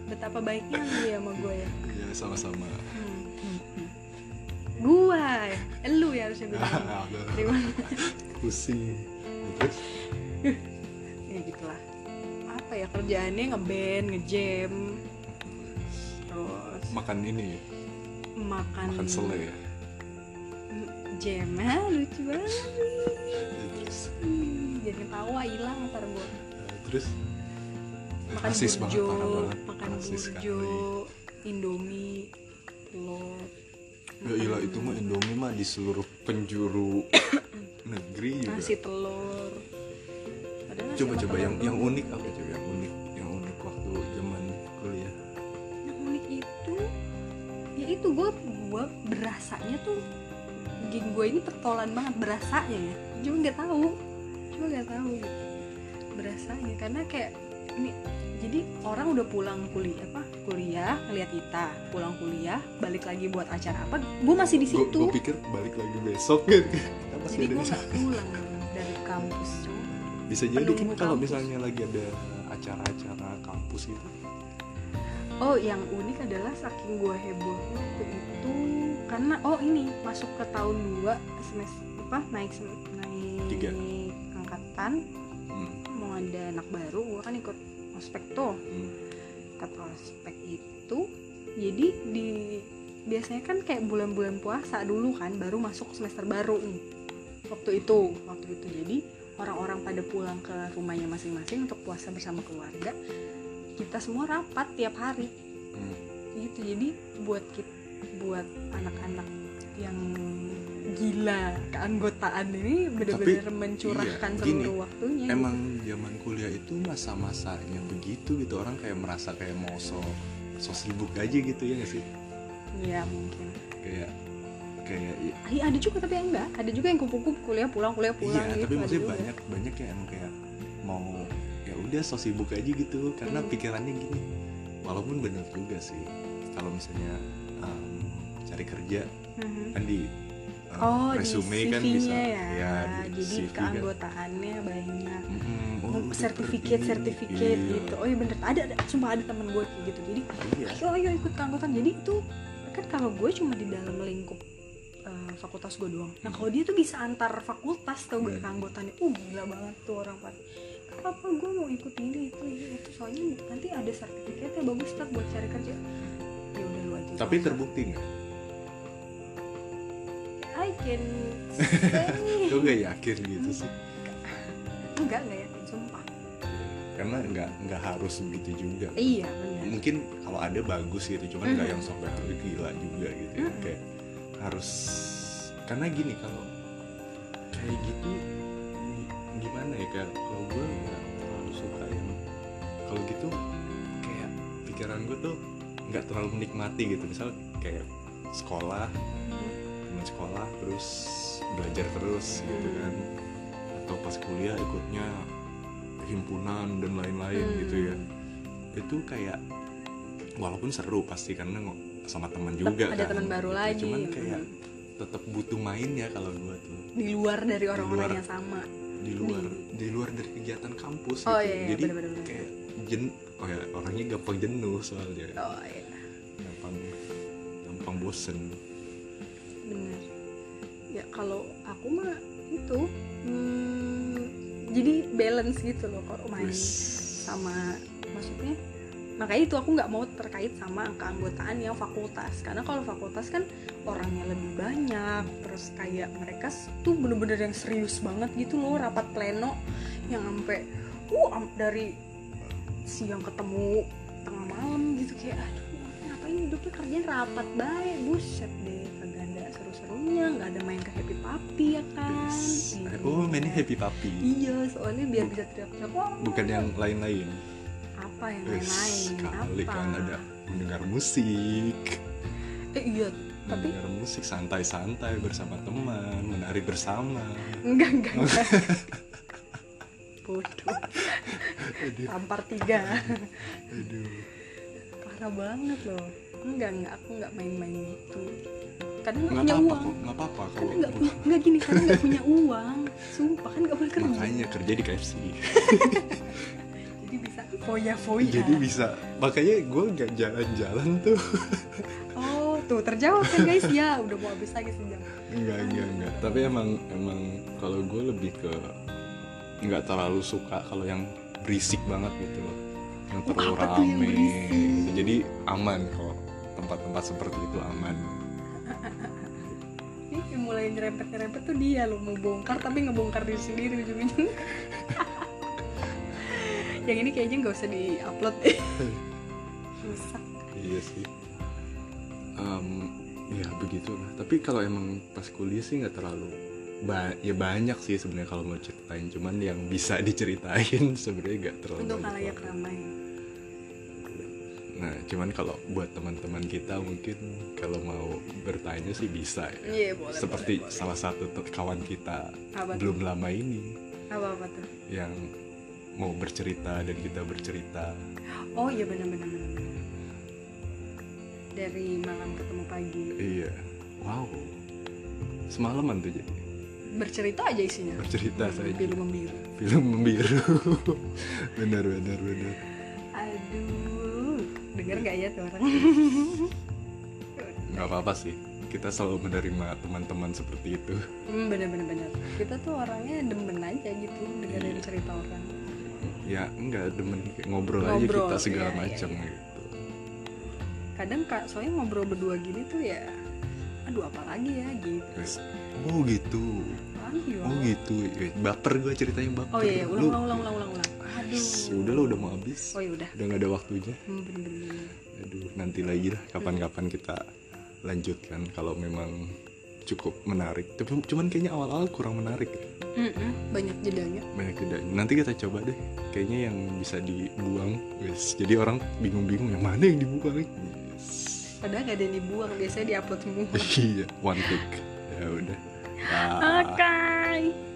Speaker 1: Betapa baiknya lu ya sama gua ya.
Speaker 2: ya sama-sama
Speaker 1: Hmm. Gua, eh, lu ya harusnya
Speaker 2: (laughs)
Speaker 1: bilang.
Speaker 2: Ah, ada.
Speaker 1: Terima.
Speaker 2: (laughs) pusing Ya, terus
Speaker 1: (laughs) ya gitulah. Apa ya kerjaannya ngeband, ngejam, terus
Speaker 2: makan ini ya,
Speaker 1: makan,
Speaker 2: makan sele ya
Speaker 1: Mm, Jam, (laughs) ah, lucu banget.
Speaker 2: Ya, terus
Speaker 1: Hmm, Jangan ketawa hilang ntar gua.
Speaker 2: ya, terus
Speaker 1: Makan
Speaker 2: Rasis banget,
Speaker 1: burjo,
Speaker 2: parah banget.
Speaker 1: makan
Speaker 2: Rasis
Speaker 1: burjo, Indomie, telur.
Speaker 2: ya ilah itu mah Indomie mah di seluruh
Speaker 1: (coughs)
Speaker 2: penjuru negeri juga
Speaker 1: nasi telur Padahal nasi
Speaker 2: coba
Speaker 1: sama
Speaker 2: coba
Speaker 1: telur
Speaker 2: yang yang
Speaker 1: doang.
Speaker 2: unik apa coba yang unik yang unik waktu zaman kuliah
Speaker 1: yang unik itu ya itu gue gue berasanya tuh geng gue ini petolan banget berasanya ya cuma nggak tahu cuma nggak tahu gitu. berasanya karena kayak ini jadi orang udah pulang kuliah apa kuliah ngeliat kita pulang kuliah balik lagi buat acara apa gue masih di
Speaker 2: gue
Speaker 1: situ
Speaker 2: pikir balik lagi besok kan kita masih
Speaker 1: jadi gue
Speaker 2: ada di
Speaker 1: nggak pulang dari kampus cuy
Speaker 2: bisa jadi kan
Speaker 1: Penunggu
Speaker 2: kalau
Speaker 1: kampus.
Speaker 2: misalnya lagi ada acara-acara kampus gitu
Speaker 1: Oh, yang unik adalah saking gue hebohnya waktu itu karena oh ini masuk ke tahun 2 semester apa naik sem- naik
Speaker 2: Tiga.
Speaker 1: angkatan
Speaker 2: hmm,
Speaker 1: mau ada anak baru gue kan ikut ospek tuh
Speaker 2: hmm.
Speaker 1: ikut ospek itu jadi di biasanya kan kayak bulan-bulan puasa dulu kan baru masuk semester baru nih waktu itu waktu itu jadi orang-orang pada pulang ke rumahnya masing-masing untuk puasa bersama keluarga kita semua rapat tiap hari
Speaker 2: hmm.
Speaker 1: gitu jadi buat kit- buat anak-anak yang gila keanggotaan ini benar-benar
Speaker 2: Tapi,
Speaker 1: mencurahkan
Speaker 2: iya,
Speaker 1: seluruh
Speaker 2: gini,
Speaker 1: waktunya
Speaker 2: emang zaman kuliah itu masa-masanya begitu gitu orang kayak merasa kayak mau so so sibuk aja gitu ya gak sih
Speaker 1: ya mungkin
Speaker 2: kayak kayak i-
Speaker 1: Ah, iya, ada juga tapi yang enggak ada juga yang kupu-kupu kuliah pulang kuliah pulang
Speaker 2: iya
Speaker 1: gitu
Speaker 2: tapi
Speaker 1: ada
Speaker 2: maksudnya
Speaker 1: juga.
Speaker 2: banyak banyak yang emang kayak mau ya udah so sibuk aja gitu karena
Speaker 1: Hmm.
Speaker 2: pikirannya gini walaupun bener juga sih kalau misalnya em, cari kerja
Speaker 1: Mhm.
Speaker 2: kan di em,
Speaker 1: oh
Speaker 2: resume
Speaker 1: di CV-nya
Speaker 2: kan bisa
Speaker 1: ya,
Speaker 2: di
Speaker 1: jadi
Speaker 2: CV kan.
Speaker 1: keanggotaannya banyak
Speaker 2: Mm-mm, oh, udah
Speaker 1: sertifikat
Speaker 2: per- ini,
Speaker 1: sertifikat
Speaker 2: iya.
Speaker 1: gitu oh iya bener ada ada cuma ada teman gue kayak gitu jadi
Speaker 2: iya
Speaker 1: ayo ayo ikut keanggotaan jadi itu kan kalau gue cuma di dalam lingkup eh, fakultas gue doang nah kalau dia tuh bisa antar fakultas tau gak
Speaker 2: Hmm.
Speaker 1: keanggotaannya uh gila banget tuh orang pak apa gue mau ikut ini itu ini itu soalnya nanti ada sertifikatnya bagus tak buat cari kerja ya udah lu aja
Speaker 2: tapi terbukti nggak
Speaker 1: I
Speaker 2: (laughs)
Speaker 1: can say
Speaker 2: gue gak yakin gitu sih
Speaker 1: enggak enggak yakin sumpah
Speaker 2: karena nggak nggak harus begitu juga
Speaker 1: iya benar
Speaker 2: mungkin kalau ada bagus gitu cuman nggak
Speaker 1: Mhm.
Speaker 2: yang sampai harus gila juga gitu ya.
Speaker 1: Mhm.
Speaker 2: kayak harus karena gini kalau kayak gitu gi- gimana ya kayak kalau gue nggak terlalu suka yang kalau gitu kayak pikiran gue tuh nggak terlalu menikmati gitu misal kayak sekolah teman sekolah terus belajar terus gitu kan atau pas kuliah ikutnya himpunan dan lain-lain
Speaker 1: Hmm.
Speaker 2: gitu ya itu kayak walaupun seru pasti karena ngo- sama teman juga
Speaker 1: ada
Speaker 2: kan,
Speaker 1: teman baru
Speaker 2: gitu.
Speaker 1: lagi
Speaker 2: cuman kayak
Speaker 1: Mhm.
Speaker 2: tetap butuh main ya kalau gua tuh
Speaker 1: di luar dari orang-orang
Speaker 2: luar.
Speaker 1: yang sama
Speaker 2: di luar di luar dari kegiatan kampus
Speaker 1: Oh,
Speaker 2: gitu
Speaker 1: iya, iya,
Speaker 2: jadi
Speaker 1: bener-bener.
Speaker 2: kayak jen oh ya, orangnya gampang jenuh soalnya
Speaker 1: oh iya
Speaker 2: gampang gampang bosen
Speaker 1: benar ya kalau aku mah itu hmm, jadi balance gitu loh kalau main
Speaker 2: Wis.
Speaker 1: sama maksudnya makanya itu aku nggak mau terkait sama keanggotaan yang fakultas karena kalau fakultas kan orangnya lebih banyak terus kayak mereka s- tuh bener-bener yang serius banget gitu loh rapat pleno yang sampai uh am- dari siang ketemu tengah malam gitu kayak aduh ngapain hidupnya kerjaan rapat baik buset deh kagak ada seru-serunya nggak ada main ke happy papi ya kan
Speaker 2: Wis.
Speaker 1: Iya.
Speaker 2: oh mainnya happy puppy
Speaker 1: iya soalnya biar bisa teriak-teriak "Wah,
Speaker 2: bukan yang lain-lain
Speaker 1: apa yang
Speaker 2: Wis,
Speaker 1: lain-lain
Speaker 2: kali
Speaker 1: apa
Speaker 2: kan ada mendengar musik
Speaker 1: eh iya tapi
Speaker 2: mendengar musik santai-santai bersama teman menari bersama
Speaker 1: enggak enggak,
Speaker 2: (laughs)
Speaker 1: enggak. bodoh
Speaker 2: aduh,
Speaker 1: tampar tiga
Speaker 2: aduh.
Speaker 1: parah banget loh enggak enggak aku enggak main-main gitu kadang nggak punya
Speaker 2: nggak apa-apa
Speaker 1: uang
Speaker 2: kok nggak apa-apa
Speaker 1: karena
Speaker 2: kalau
Speaker 1: nggak (laughs) punya nggak gini karena nggak punya uang sumpah kan nggak boleh kerja
Speaker 2: makanya kerja di KFC
Speaker 1: jadi bisa foya foya
Speaker 2: (laughs) jadi bisa makanya gue nggak jalan-jalan tuh (laughs)
Speaker 1: oh tuh terjawab kan guys ya udah mau habis lagi sejam
Speaker 2: nggak nggak nggak tapi emang emang kalau gue lebih ke nggak terlalu suka kalau yang berisik banget gitu loh yang
Speaker 1: Oh,
Speaker 2: terlalu
Speaker 1: apa tuh yang
Speaker 2: rame
Speaker 1: berisik?
Speaker 2: gitu. jadi aman kok tempat-tempat seperti itu aman
Speaker 1: ini yang mulai nyerempet nyerempet tuh dia lo mau bongkar tapi ngebongkar diri sendiri ujung ujungnya (laughs) yang ini kayaknya nggak usah diupload
Speaker 2: (laughs)
Speaker 1: deh rusak
Speaker 2: Iya sih. Em, ya begitulah. Tapi kalau emang pas kuliah sih nggak terlalu ba- ya banyak sih sebenarnya kalau mau ceritain. Cuman yang bisa (laughs) diceritain sebenarnya nggak terlalu.
Speaker 1: untuk
Speaker 2: banyak
Speaker 1: halayak
Speaker 2: banget.
Speaker 1: ramai
Speaker 2: Nah, cuman kalau buat teman-teman kita mungkin kalau mau bertanya sih bisa ya.
Speaker 1: Iya, boleh,
Speaker 2: Seperti
Speaker 1: boleh, boleh.
Speaker 2: salah satu te- kawan kita
Speaker 1: Apa tuh?
Speaker 2: belum lama ini
Speaker 1: apa apa tuh
Speaker 2: yang mau bercerita dan kita bercerita.
Speaker 1: oh iya benar benar benar benar. dari malam ketemu pagi
Speaker 2: Iya. Wow. Semalaman tuh jadi
Speaker 1: bercerita aja isinya
Speaker 2: bercerita saja.
Speaker 1: biru membiru
Speaker 2: film membiru (laughs) benar benar benar
Speaker 1: aduh denger nggak ya tuh
Speaker 2: (laughs)
Speaker 1: orang
Speaker 2: nggak apa apa sih kita selalu menerima teman-teman seperti itu
Speaker 1: hmm, bener bener bener kita tuh orangnya demen aja gitu dengerin
Speaker 2: Iya.
Speaker 1: cerita orang
Speaker 2: ya enggak demen kayak ngobrol, aja
Speaker 1: Ngobrol,
Speaker 2: kita
Speaker 1: iya,
Speaker 2: segala
Speaker 1: iya,
Speaker 2: macam
Speaker 1: iya.
Speaker 2: gitu
Speaker 1: kadang kak soalnya ngobrol berdua gini tuh ya aduh apa lagi ya gitu
Speaker 2: Terus, oh gitu
Speaker 1: ayo
Speaker 2: oh gitu Eh, baper gue ceritanya baper
Speaker 1: oh iya iya, ulang
Speaker 2: Lu-
Speaker 1: ulang ulang ulang ulang ulang aduh
Speaker 2: Shh, udah lo udah mau habis
Speaker 1: oh ya udah
Speaker 2: udah nggak ada waktunya
Speaker 1: hmm, bener bener bener.
Speaker 2: aduh nanti lagi lah kapan-kapan kita lanjutkan kalau memang cukup menarik tapi cuman kayaknya awal-awal kurang menarik
Speaker 1: Mm-mm, banyak jedanya
Speaker 2: banyak jedanya nanti kita coba deh kayaknya yang bisa dibuang wes jadi orang bingung-bingung yang mana yang dibuang Yes. (laughs)
Speaker 1: padahal gak ada yang dibuang biasanya diupload semua
Speaker 2: iya one take ya udah Dah.
Speaker 1: oke